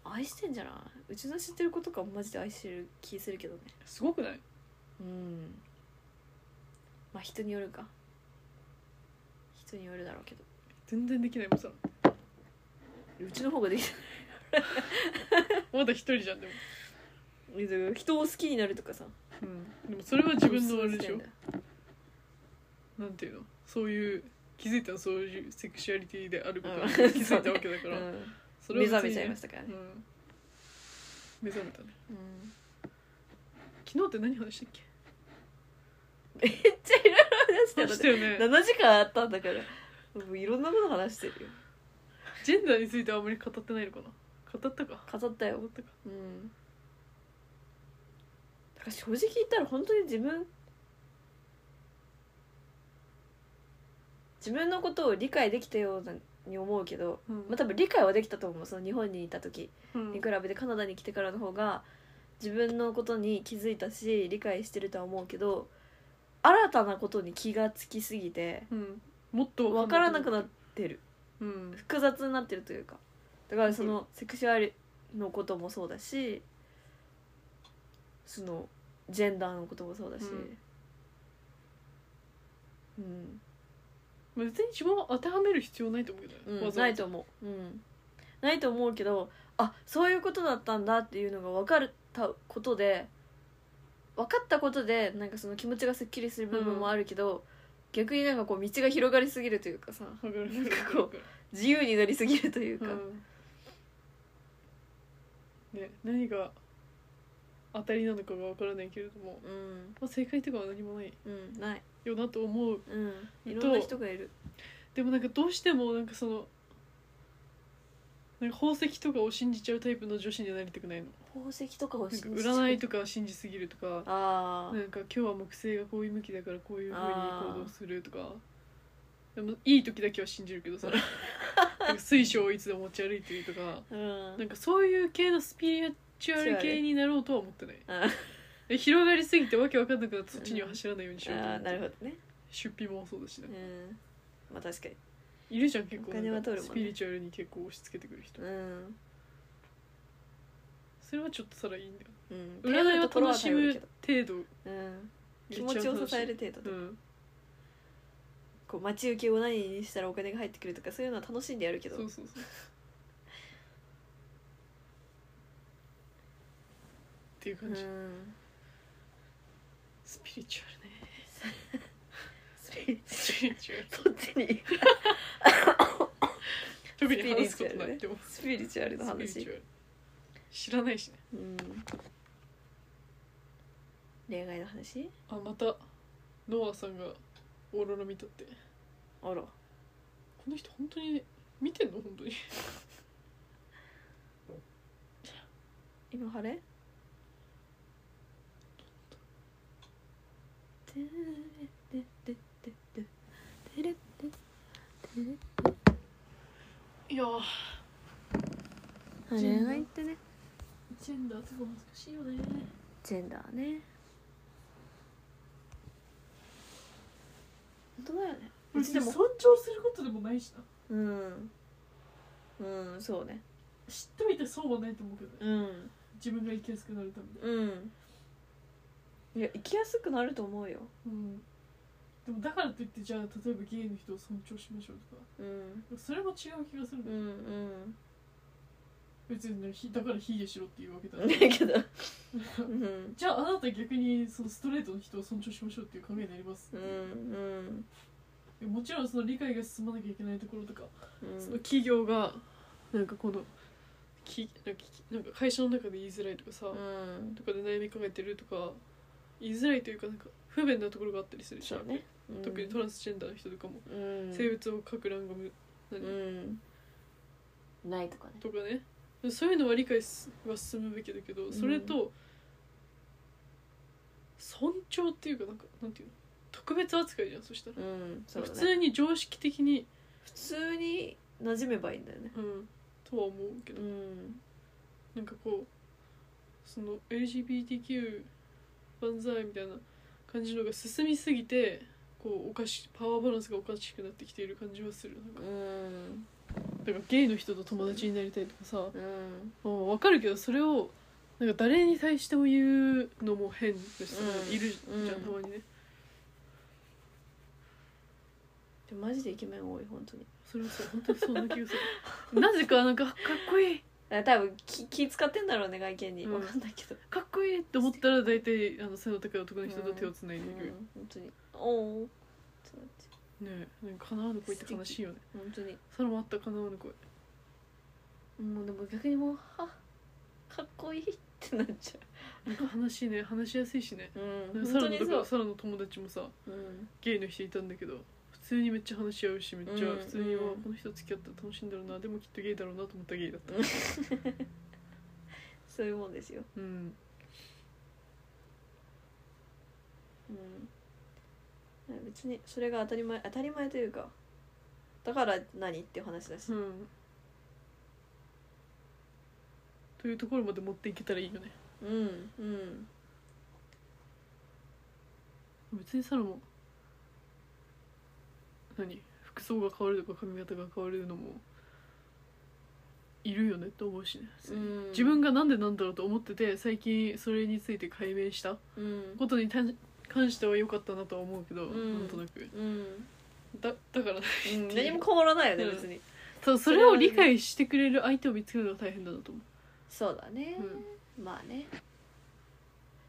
当に愛してんじゃないうちの知ってる子とかもマジで愛してる気するけどね
すごくない
うんまあ人によるか人によるだろうけど
全然できないもんさ
うちの方ができ
まだ一人じゃんでも、
ない人を好きになるとかさ
うん、でもそれは自分のあれでし
そ
ょ
の時点
なんていうのそういう気づいたのそういうセクシュアリティであること
うん
に気づいたわけだか
で
ら、そ
うん、目覚めちゃい
ね
ましたから
う
ね、
ん目覚めたね
うん
昨日って何話したっけ
めっちゃいろいろ話してる
話したよね
7時間あったんだからもういろんなこと話してるよ
ジェンダーについてはあまり語ってないのかな語ったか
飾ったよ
語ったか
うんだから正直言ったら本当に自分自分のことを理解できたようなに思うけど、
うん
まあ、多分理解はできたと思うその日本にいた時
うん
に比べてカナダに来てからの方が自分のことに気づいたし理解してるとは思うけど新たなことに気がつきすぎて
うんもっと
分からなく
っ
なっってる
うん
複雑になってるというかだからそのセクシュアルのこともそうだしそのジェンダーのこともそうだしうん、
まあ別に自分は当てはめる必要ないと思うけど
う
ね
ん
わざわ
ない
ざ
と思う、うん、ないと思うけどあそういうことだったんだっていうのが分かったことで分かったことでなんかその気持ちがすっきりする部分もあるけど、逆になんかこう道が広がりすぎるというかさ
わかる
なんかこ自由になりすぎるというか、
うんね何が当たりなのかがわからないけれども、
うん
まあ、正解とかは何もない
うんない
よなと思う
うんいろんな人がいる
でもなんかどうしてもなんかそのなんか宝石とかを信じちゃうタイプの女子にはなりたくないの
宝石とか欲
なん
し
か
い
占いとか信じすぎるとか
あ
なんか今日は木星がこういう向きだからこういうふうに
あー
行動するとかでもいい時だけは信じるけど さなんか水晶をいつでも持ち歩いてるとか
あうん
なんかそういう系のスピリチュアル系になろうとは思ってない
あ
で広がりすぎてわけわかんなくなってそっちには走らないようにし
あ
ようと思っ
ーなる
て
ほどね
出費もそうだし
う
ね
んまあ確かに
いるじゃん結構
お金は
なんか
取るもん
ス
ね
ピリチュアルに結構押し付けてくる人
うん
それはちょっとさらいいんだよ
うん
占いは楽しむ
頼るとこ
程度
ろは頼るけどうん気持ちを支える程度
う
で
ん
こう待ち受けを何にしたらお金が入ってくるとかそういうのは楽しんでやるけ
そ
ど
うそうそうっていう
う
感じ
ん
スピリチュアルね
スピリ
スピリチュアル
そっちに
特に話すことないでも
スピリチュアルの
スピリチュア
話
ル知らないしね
うん恋愛の話
あまたノアさんがオーロラ見たって
あら
この人本当に見てんの本当に
今晴れ
いやー
恋愛ってね
ジェンダーとか難しいよね
ジェンダーね本当だよねうちでも
長することでもないしな
うんうんそうね
知っておいて損はないと思うけどね
うん
自分が生きやすくなるために
うんいや生きやすくなると思うよ
うんでもだからといってじゃあ例えばゲイの人を尊重しましょうとか
うん
それも違う気がする
う
ね
ん
別にねひだから卑下しろっていうわけだ
うんだけどう ん
じゃああなた逆にそのストレートの人を尊重しましょうっていう考えになります
うんうん
もちろんその理解が進まなきゃいけないところとか、
うん
その企業がなんかこのきなんかきなんか会社の中で言いづらいとかさ、
うん
とかで悩み考えてるとか言いづらいというかなんか不便なところがあったりするじゃ
そ
ん、
うねうん
特にトランスジェンダーの人とかも、
うん
性別を書く欄がむ何、
うんないとかね
とかねそういうのは理解すは進むべきだけどそれと、尊重っていうかなんかなんていうの特別扱いじゃんそしたら、
うんそう
普
だね
通に常識的に、
普通に馴染めばいいんだよね
うん、とは思うけど、
うん
なんかこうその LGBTQ 万歳みたいな感じのが進みすぎてこうおかしパワーバランスがおかしくなってきている感じはするなんか
うん
だからゲイの人と友達になりたいとかさ、
うん
まあ、分かるけどそれをなんか誰に対しても言うのも変です人
うん
いるじゃん、
うん
たまにね
でもマジでイケメン多い本当に
それはそう本当にそんな気がするなぜかなんかかっこいい
あ多分気気使ってんだろうね外見に
うん
わかんないけど
かっこいいって思ったら大体あの背の高い男の人と手をつな
う
い
ん
でいく、
本当におおーってなっちゃ
ねえなんか叶わぬ恋って悲しいよね
う本当に
それもあった叶わぬ恋
もうでも逆にもうはかっこいいってなっちゃ
なんか話しいね話しやすいしね
うう
で
ん
サラ
本
の
当に
と
そ
か
う
サラの友達もさ
うん
ゲイの人いたんだけど普通にめっちゃ話し合うしめっちゃ
うん
普通に、
うん
わあこの人付き合ったら楽しいんだろうなでもきっとゲイだろうなと思ったらゲイだった
そういうもんですよ
うん
うん別にそれが当たり前当たり前というかだから何っていう話だし
うんというところまで持っていけたらいいよね
うんうん
別にサラも何不服装が変わるとか髪型が変わるのもいるよねって思うしね、
うん
自分がなんでなんだろうと思ってて最近それについて解明した
うん
ことに関関しては良かったなとは思うけど、
ん
なんとなく
うん
だだ から
うん何も変わらないよね
うん
別に
そうそれを理解してくれる相手を見つけるのが大変だなと思
そうだね
う、うん、
まあね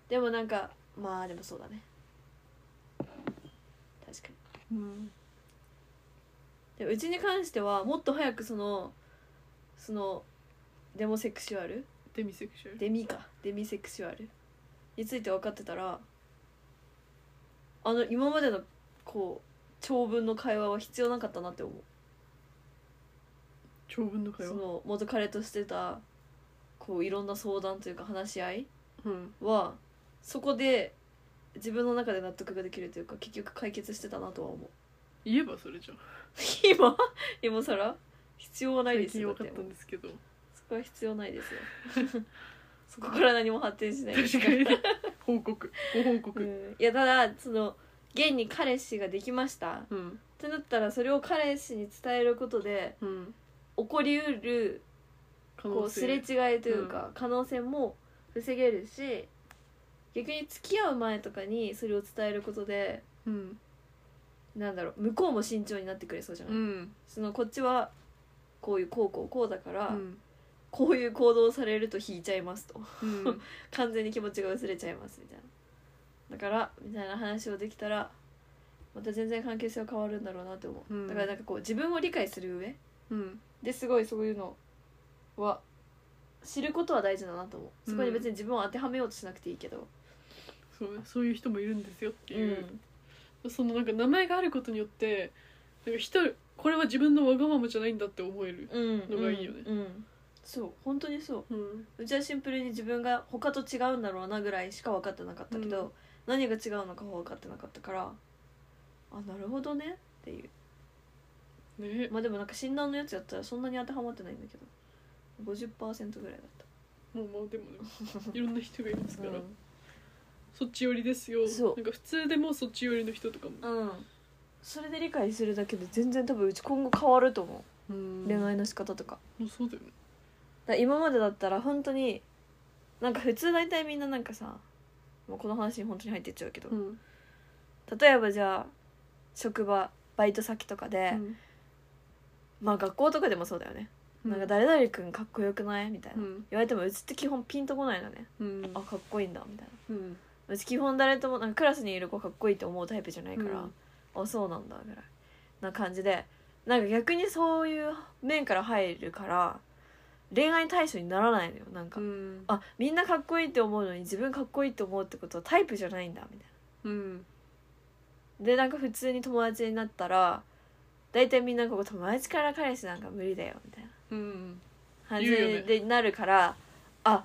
でもなんかまあでもそうだね確かに
うん
でうちに関してはもっと早くそのそのデモセクシュアル
デミセクシュアル
デミかデミセクシュアルについて分かってたらあの今までのこう長文の会話は必要なかったなって思う
長文の会話
その元彼としてたこういろんな相談というか話し合い
うん
はそこで自分の中で納得ができるというか結局解決してたなとは 思う
言えばそれじゃん
今今更必要はない
最
です
近
よ
分
だ
かって
っ
たんですけど
そこは必要ないですよ そこから何も発展しないです
確
か
かにね報告ご報
ら、う
告
んいやただその現に彼氏ができましたっ
うん
てなったらそれを彼氏に伝えることで
うん
起こりうる
可
こ
能
うすれ
性
違いというか、可能性も防げるし逆に付き合う前とかにそれを伝えることで
うん
なんだろう向こうも慎重になってくれそうじゃな
う
い、
ん
そのこっちはこういうこうこうこうだか
う
ら、
ん
こういう行動をされると引いちゃいますと
うん
完全に気持ちが薄れちゃいますみたいなだからみたいな話をできたらまた全然関係性は変わるんだろうなって思う、
うん
だからなんかこう自分を理解する上
うん
ですごいそういうのは知ることは大事だなと思うそこに別に自分を当てはめようとしなくていいけど、
そうねそういう人もいるんですよって
う
いう、
ん
そのなんか名前があることによってなんか人これは自分のわがままじゃないんだって思える、
うん、
のがいいよね
うん、そう本当にそう
うん、
うちはシンプルに自分が他と違うんだろうなぐらいしか分かってなかったけど、
うん
何が違うのか分かってなかったからあなるほどねっていう
ね
まあでもなんか診断のやつやったらそんなに当てはまってないんだけど50%ぐらいだっ
もうまあでも ねいろんな人がいます
た
から、そっち寄りですよ
そう
なんか普通でもそっち寄りの人とかも、
うん、うんそれで理解するだけで全然多分うち今後変わると思
うん
う、恋愛の仕方とか
もうそうだよね
だから今までだったら本当になんか普通大体みんななんかさもうこの話に本当に入ってっちゃうけど、
うん、
例えばじゃあ職場バイト先とかで、まあ学校とかでもそうだよね、
うん
なんか誰々君かっこよくないみたいな、
うん
言われてもうちって基本ピンとこないのね、
うん
あかっこいいんだみたい
うん
なうち基本誰ともなんかクラスにいる子かっこいいって思うタイプじゃないから、あそうなんだぐらいな感じでなんか逆にそういう面から入るから恋愛対象にならないのよなんか、
うん
あみんなかっこいいって思うのに自分かっこいいって思うってことはタイプじゃないんだみたいな。
うん
でなんか普通に友達になったら大体みんなここ友達から彼氏なんか無理だよみたいな
うん
感じ
言うよね
でなるから、あ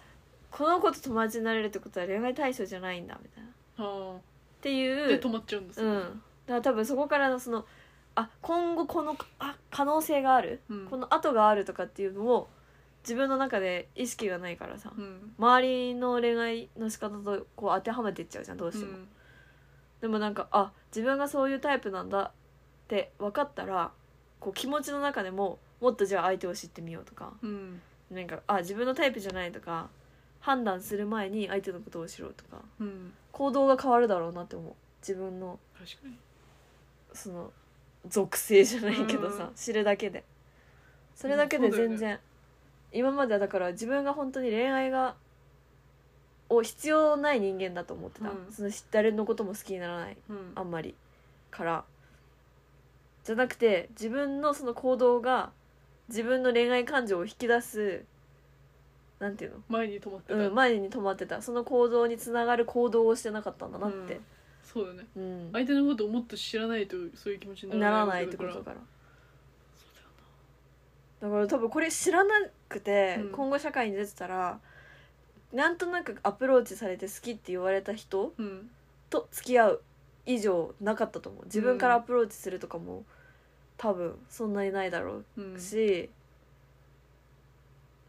この子と友達になれるってことは恋愛対象じゃないんだみたいなっ
あ
て
あ
い
で
う
止まっちゃうんです
うんだから多分そこからのそのあ今後このあ可能性がある、
うん
この後があるとかっていうのを自分の中で意識がないからさ、
うん
周りの恋愛の仕方とこう当てはめていっちゃうじゃんどう
う
しても。
ん
でもなんかあ自分がそういうタイプなんだって分かったらこう気持ちの中でももっとじゃあ相手を知ってみようとか
うん
なんかあ自分のタイプじゃないとか判断する前に相手のことを知ろうとか
うん
行動が変わるだろうなって思う自分の
確かに
その属性じゃないけどさ、
う
知るだけでそれだけで
うんそうだよ
全
ね
然、今まではだから自分が本当に恋愛がを必要ない人間だと思ってた、
うん
その誰のことも好きにならない
うん
あんまりからじゃなくて自分のその行動が自分の恋愛感情を引き出すなんていうの、
前に止まってた、
うん、前に止まってたその行動につながる行動をしてなかったんだなって、
そうだね
うん
相手のことをもっと知らないとそういう気持ちに
な
な
ら
ら
な
ない
い
わ
っ
け
て
だから
ことから
そうだよな
だから多分これ知らなくて、
うん
今後社会に出てたらなんとなくアプローチされて好きって言われた人
うん
と付き合う以上なかったと思う自分からアプローチするとかも、多分そんなにないだろう
うん
し、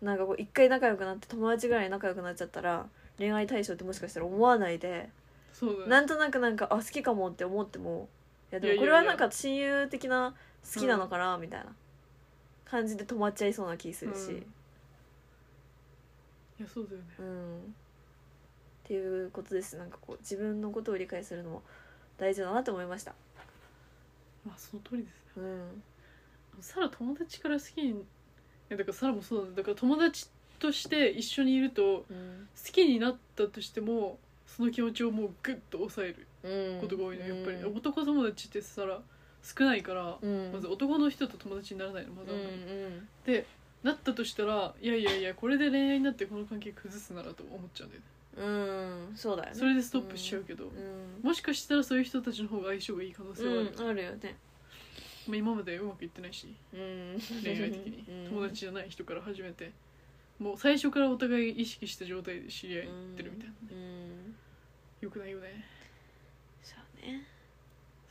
なんかこう一回仲良くなって友達ぐらい仲良くなっちゃったら恋愛対象ってもしかしたら思わないで、
そうだね
なんとなくなんかあ好きかもって思ってもやでもこれはなんか親友的な好きなのかなみたいな感じで止まっちゃいそうな気する
うん
し
い、やそうだよね
うんっていうことですなんかこう自分のことを理解するのも大事だなと思いました、
まあその通りですね
うん、
サラ友達から好きにいやだからサラもそうなんだだから友達として一緒にいると
うん
好きになったとしてもその気持ちをもうグッと抑える
うん
ことが多いの、やっぱり
うん
男友達ってさ少ないから、
うん
まず男の人と友達にならないのまだ、
うん
でなったとしたらいやいやいやこれで恋愛になってこの関係崩すならと思っちゃうんだよね
うん、うん、そうだよね
それでストップしちゃうけど、
うん、
もしかしたらそういう人たちの方が相性がいい可能性はある、
うん、あるよね
まあ、今までうまくいってないし
うん
恋愛的に
うん
友達じゃない人から始めてもう最初からお互い意識した状態で知り合ってるみたいな
うん、うん、
よくないよね
そうね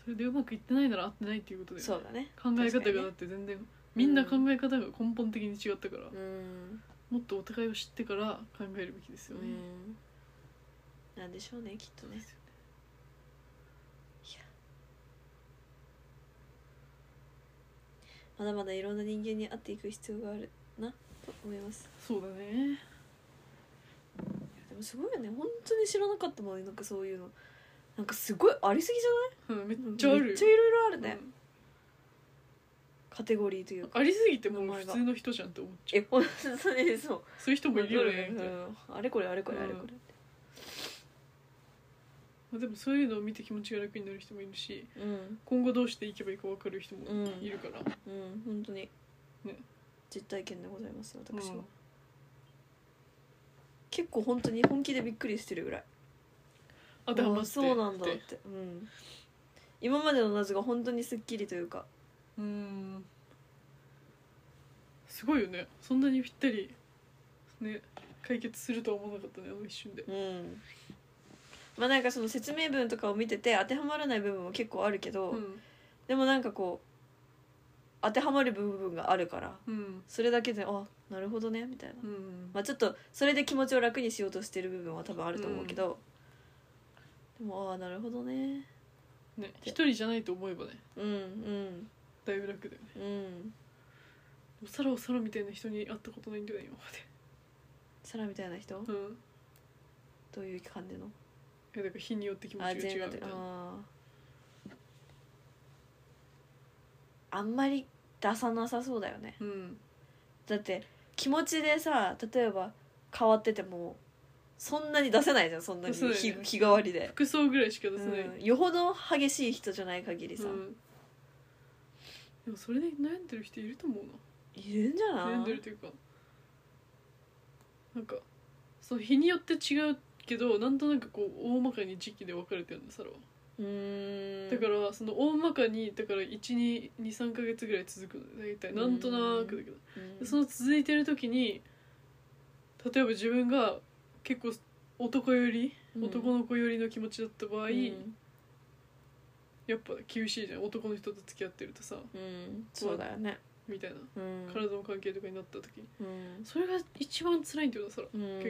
それでうまくいってないなら合ってないっていうことで、
そうだね
考え
確
方
かに
が
ね
だって全然、みんな考え方が根本的に違ったから、
うん、
もっとお互いを知ってから考えるべきですよね、
うん、なんでしょうねきっと
そう
ね
ですよね
まだまだいろんな人間に会っていく必要があるなと思います
そうだね
でもすごいよね本当に知らなかったもんなんかそういうのなんかすごいありすぎじ
うんめっ
ゃない
ちゃある
めっちゃいろいろあるね、
うん
カテゴリーというか
ありすぎてもう
名前
普
が
通の人じゃんって思っちゃう
え本当にそう
そういう人もいるよね
う
みたいな、
んあれこれあれこれあれこ
まあ、でもそういうのを見て気持ちが楽になる人もいるし
れうん
今後どうしていけばいいか分かる人も
うん
いるから、
うん本当に
ね
実体験でございます私は、
うん
結構本当に本気でびっくりしてるぐらい
あ黙って
あそうなんだっ
ってて
うん、今までの謎が本当にすっきりというか
うんすごいよねそんなにぴったりね解決するとは思わなかったねあの一瞬で
うんまあなんかその説明文とかを見てて当てはまらない部分も結構あるけど、
うん
でもなんかこう当てはまる部分があるから
うん
それだけであなるほどねみたいな、
うん
まあちょっとそれで気持ちを楽にしようとしてる部分は多分あると思うけど、でもああなるほどね
ね一人じゃないと思えばね
うんうん
だいぶ楽だよね
う
お
ん
皿お皿みたいな人に会ったことないんだよね今
サラみたいな人
までうん
どういう感じの
いやだから日によって気持ちが
あ
違うみた
全
い
員
な
がとあーあんまり出さなさそうだよね
うん
だって気持ちでさ例えば変わっててもそんなに出せないじゃんそんなに
出せない
日日替わりで、
服装ぐらいしか出せない、
うん、よほど激しい人じゃない限りさ、
うんでもそれで悩んでる人いると思う
いるんじゃ
な
ない
悩んでるというかなんかそう日によって違うけどなんとなくこう大まかに時期で分かれてるんだサラは、
うーん
だからその大まかにだから123か月ぐらい続くの大体なんとなくだけど、
うん
でその続いてる時に例えば自分が結構男寄り、
うん
男の子寄りの気持ちだった場合、
うん
やっぱ厳しいじゃん男の人と付き合ってるとさ
うんそうだよね
みたいな
うん
体の関係とかになった時に
うん
それが一番辛いんだよなそら構
結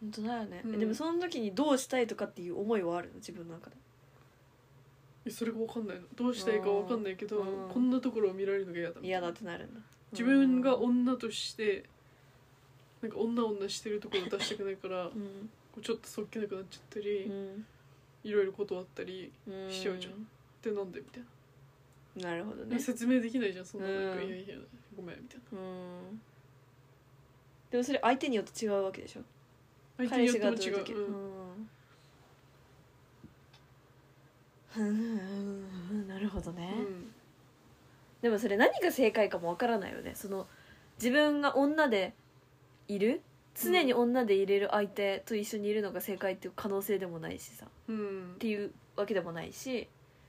本当だよね、
うん
でもその時にどうしたいとかっていう思いはあるの自分の中で
えそれが分かんないのどうしたいか分かんないけど
うん
こんなところを見られるのが嫌だみたいな
嫌だってなるんだ
自分が女としてなんか女女してるところを出したくないからこ
うん
うちょっとそっけなくなっちゃった
う
り
ん
いろいろ断ったり
うん
しちゃうじゃんでなんでみたい
なるほど
な
ね
説明できないじゃんそんななんか
うん
いやいやごめんみたいな
うんでもそれ相手によって違うわけでしょ
相手に
彼
よっ
氏
ても
がど
違
ういう時
ううん
うんなるほどね、
うん
でもそれ何が正解かもわからないよねその自分が女でいる常に女でいれる相手と一緒にいるのが正解っていう可能性でもないしさっ
うん
ていうわけでもないし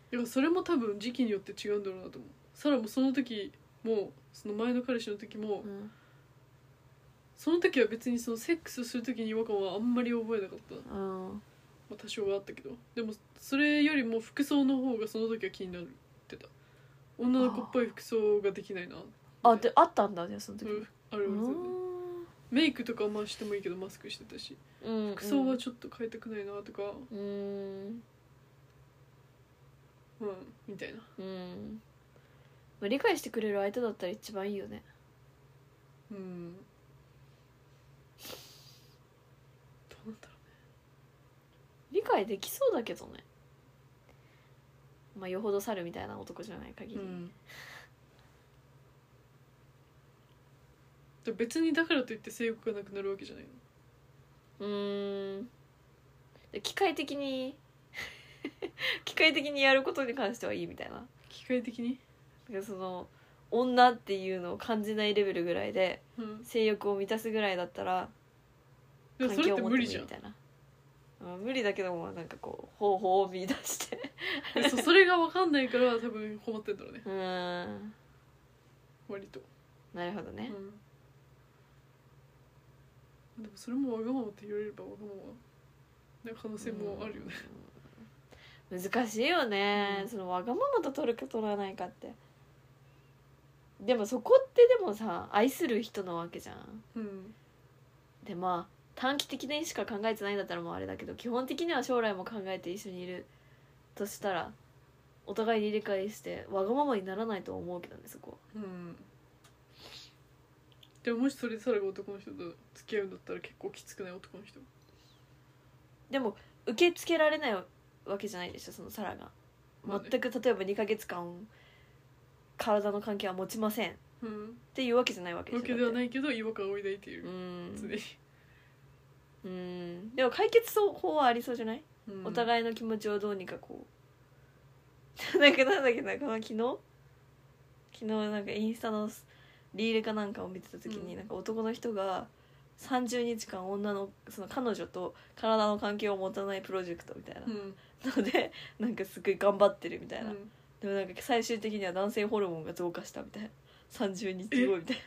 だからそれも多分時期によって違うんだろうなと思うサラもその時もその前の彼氏の時も
うん
その時は別にそのセックスする時に違和感はあんまり覚えなかった、ま
うん
あ、多少はあったけどでもそれよりも服装の方がその時は気になってた女の子っぽい服装ができないな
あであったんだねその時
うんあるある全然
うん
メイクとかまあしてもいいけどマスクしてたし
うん
服装はちょっと変えたくないなとか
うんうん
うんみたいな
うんまあ理解してくれる相手だったら一番いいよね
うんどうなんだろ
理解できそうだけどねまあよほど猿みたいな男じゃない限
う、
り、
で別にだからといって性欲がなくなるわけじゃないの
うーんで機械的に 機械的にやることに関してはいいみたいな
機械的に
だからその女っていうのを感じないレベルぐらいで
うん
性欲を満たすぐらいだったら
でもそれっ
を
て
持
無理じゃん
みたいな、まあ、無理だけどもなんかこう方法を見出して
でそうそれが分かんないから多分困ってんだろうね
うーん
割と
なるほど
う
ね
んでもそれもわがままって言われればわがままな可能性もあるよね
難しいよね、
うん
そのわがままと取るか取らないかってでもそこってでもさ愛する人なわけじゃん
うん
でまあ短期的にしか考えてないんだったらもうあれだけど基本的には将来も考えて一緒にいるとしたらお互いに理解してわがままにならないと思うけどねそこ
うんでももしそれでさらが男の人と付き合うんだったら結構きつくない男の人
でも受け付けられないわけじゃないでしょそのサラが
まあね
全く例えば2ヶ月間体の関係は持ちませんっ
うん
ていうわけじゃないわけで
わ
しょ
けではな
だって
いけど違和感を抱いていうる常
ん
に、
うんでも解決法はありそうじゃない、
うん
お互いの気持ちをどうにかこう なんかなんだっけなこの昨日昨日なんかインスタのリールかなんかを見てた時に、
うん
なんか男の人が30日間女のその彼女と体の関係を持たないプロジェクトみたいな、
うん
のでなんかすごい頑張ってるみたいな、
うん
でもなんか最終的には男性ホルモンが増加したみたいな30日後みたい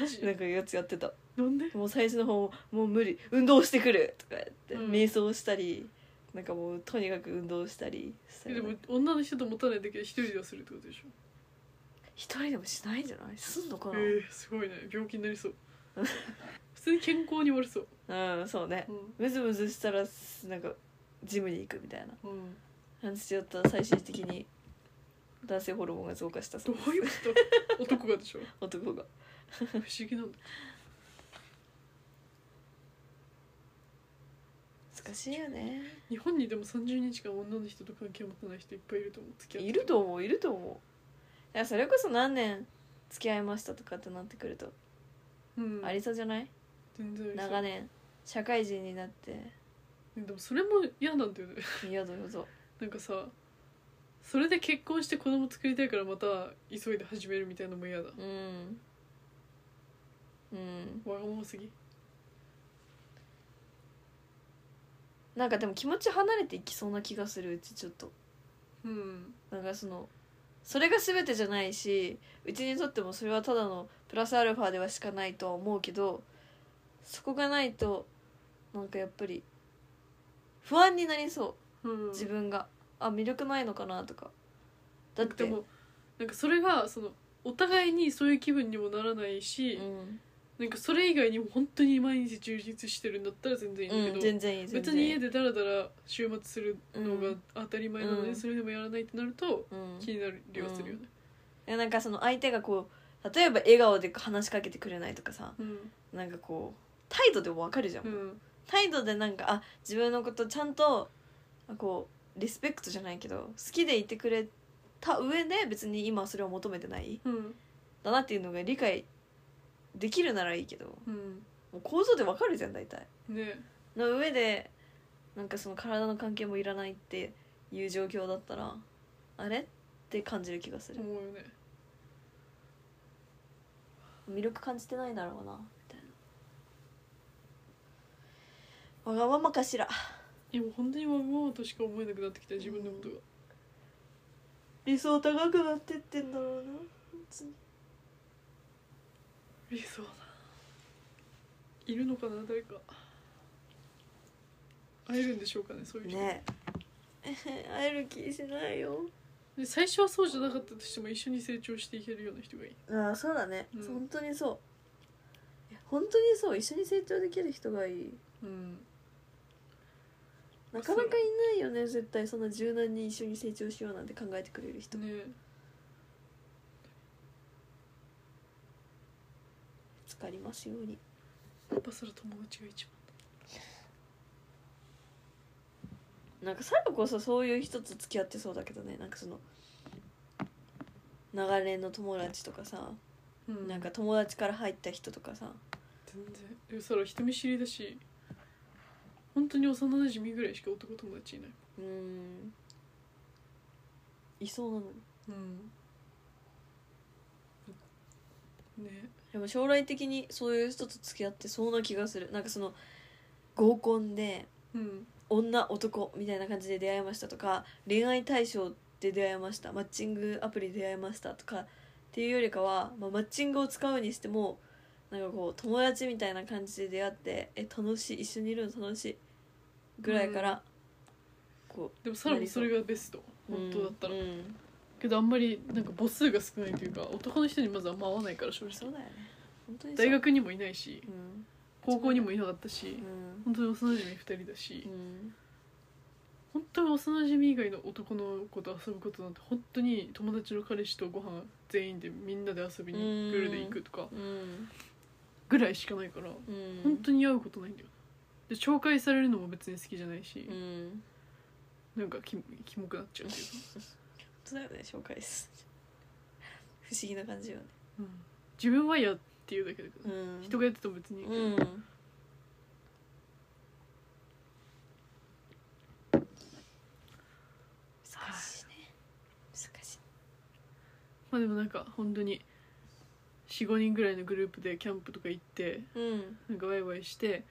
マジ
ななんかやつやってた
なんで
もう最初の方も「もう無理運動してくる!」とか言って、
うん
瞑想したりなんかもうとにかく運動したりした
えで
り
も女の人と持たないだけで一人ではするってことでしょ
一人でもしないんじゃないすんのかな、
えー、すごいね病気になりそう 普通に健康に悪そう
うんそうね
う、
ムズムズしたらすなんかジムに行くみたいなん
うん、
感じでやったら最終的に男性ホルモンが増加した
ど
そう
ういうこと男がでしょ
男が
不思議なんだ
難しいよね
日本にでも30日間女の人と関係を持たない人いっぱいいると思う付き合って
いると思ういると思ういやそれこそ何年付き合いましたとかってなってくると、
うん
ありそうじゃない
全然ありそう
長年社会人になって
でもそれも嫌なんだよね
いやどうぞ
なんかさそれで結婚して子供作りたいからまた急いで始めるみたいなのも嫌だ
うんうん
わがまますぎ
なんかでも気持ち離れていきそうな気がするうちちょっと
うん
なんかそのそれが全てじゃないしうちにとってもそれはただのプラスアルファではしかないとは思うけどそこがないとなんかやっぱり不安になりそう
うん
自分があ魅力ないのかなとかだって
でもなんかそれがそのお互いにそういう気分にもならないうし、
ん、
なんかそれ以外にも本当に毎日充実してるんだったら全然いいんだ
うん
けど、
全然いい全然
別に家でダラダラ週末するのが当たり前なので、
うん
それでもやらないってなると
うん
気になるりはするよね、
でなんかその相手がこう例えば笑顔で話しかけてくれないとかさ
うん
なんかこう態度でもわかるじゃん、
うん
態度でなんかあ自分のことちゃんとあこうリスペクトじゃないけど好きでいてくれた上で別に今はそれを求めてない
うん
だなっていうのが理解できるならいいけど
うん
もう構造でわかるじゃん大体
ね
の上でなんかその体の関係もいらないっていう状況だったらあれって感じる気がする
思うよね
魅力感じてないだろうなみたいなわがままかしら
いやもう本当にわがままとしか思えなくなってきた自分のことが、
理想高くなってってんだろうな
理想だいるのかな誰か会えるんでしょうかねそういう人、
ねえ 会える気しないよ
で最初はそうじゃなかったとしても一緒に成長していけるような人がいい
ああそうだね、
うん
本当にそう本当にそう一緒に成長できる人がいい
うん
なかなかいないよね絶対そんな柔軟に一緒に成長しようなんて考えてくれる人
ね
つかりますように
やっぱそれ友達が一番
なんか最後こそそういう人と付き合ってそうだけどねなんかその長年の友達とかさ、
うん
なんか友達から入った人とかさ
全然でもそれ人見知りだし本当に幼馴染ぐらいしか男友達いない、
うんいそうなの
うん、ね
でも将来的にそういう人と付き合ってそうな気がするなんかその合コンで
うん
女男みたいな感じで出会いましたとか恋愛対象で出会いましたマッチングアプリで出会いましたとかっていうよりかは、まあ、マッチングを使うにしてもなんかこう友達みたいな感じで出会ってえ楽しい一緒にいるの楽しいぐらいから、こ
でもさらにそれがベスト
う
本当だったら、
うんうん
けどあんまりなんか母数が少ないというか男の人にまずあんま合わないから正
そう
直
だよね本当にそう
大学にもいないし
うん
高校にもいなかったし
うん
本当に幼馴染2人だし
うん
本当に幼馴染以外の男の子と遊ぶことなんて本当に友達の彼氏とご飯全員でみんなで遊びにグルで行くとか
うん
ぐらいしかないから
うん
本当に会うことないんだよで紹介されるのも別に好きじゃないし
うん
なんかキモキモくなっちゃうというか、
本当だよね紹介する不思議な感じよね
うん自分は嫌っていうだけだけど、
うん
人がやってても別にいいけど
うん難しいね難しい
まあでもなんか本当に45人ぐらいのグループでキャンプとか行って
うん
なんかワイワイして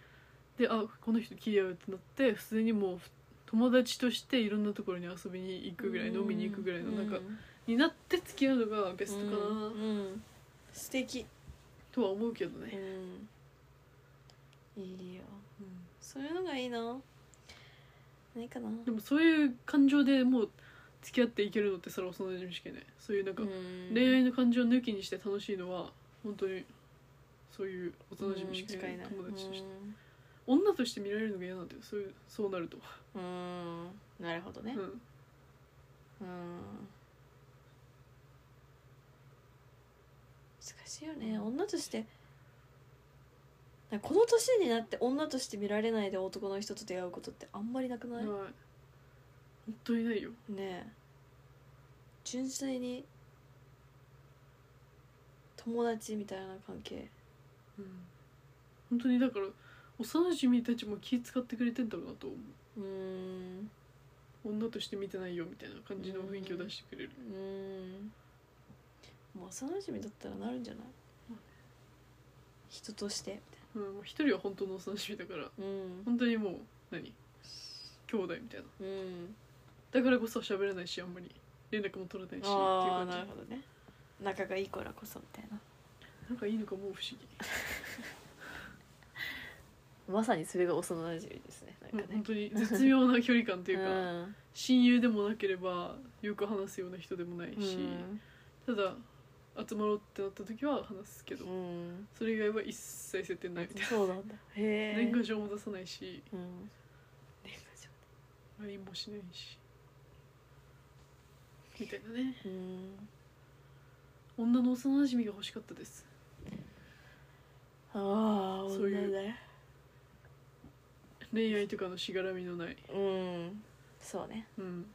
であこの人気り合うってなって普通にもう友達としていろんなところに遊びに行くぐらい飲みに行くぐらいのなんかになって付き合うのがベ
ベ
ストかな
素敵
とは思うけど
う
ね、
んいいよ
うん
そういうのがいいなないかな
でもそういう感情でもう付き合っていけるのってそれは幼馴染しかいないそういうなんか恋愛の感情を抜きにして楽しいのは本当にそういう幼馴染しかいない友達として女として見られるのが嫌なんだよそういうそうなると、
うんうんなるほど
う
ね
ん、
うん難しいよね女としてなんかこの年になって女として見られないで男の人と出会うことってあんまりなくな、
はいい本当にないよ
ねえ純粋に友達みたいな関係
本当にだから幼馴染たちも気使ってくれてんだろうなと思
うーん
う女として見てないよみたいな感じの雰囲気を出してくれる
うーんもう幼馴染だったらなるんじゃない人としてみたい
うんもう一人は本当の幼馴染だから
なうん
本当にもう何兄弟みたいな
うん
だからこそ喋らないしあんまり連絡も取れないしっていう
ああ
感じ
なるほどね仲がいいからこそみたいな
なんかいいのかもう不思議
まさにそれが幼馴染ですねなんか
本
ね、
当に絶妙な距離感といううか、
ん
親友でもなければよく話すような人でもないし、ただ集まろうってなった時は話すけど、
うん
それ以外は一切接点ないみたい
そうなんだへ
な
え
年賀状も出さないし
うん年賀状
LINE もしないしみたいなね
うん
女の幼馴染が欲しかったです
ああ
そういう
女だよ
恋愛とかのしがらみのない
うんそうね
うん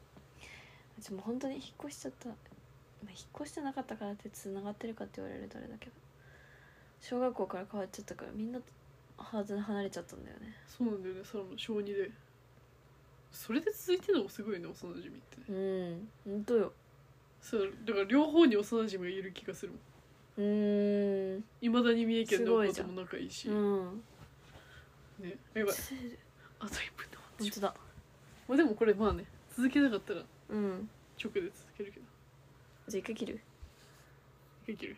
うちも本当に引っ越しちゃった、まあ、引っ越してなかったからってつながってるかって言われるとあれだけど小学校から変わっちゃったからみんなはず離れちゃったんだよね
そうなんだよねその小2でそれで続いてるのもすごいね幼馴染ってね
うん本当よ
そうだから両方に幼馴染がいる気がするもん
うん
いまだに三重県
す
の
ご
女
いじゃ
と
ん
も仲いいし
うん
ねやばいあと1分で終わって
本
しま
当だ
うまあでもこれまあね続けなかったら
うん
直で続けるけど
じゃあ一回切る
いける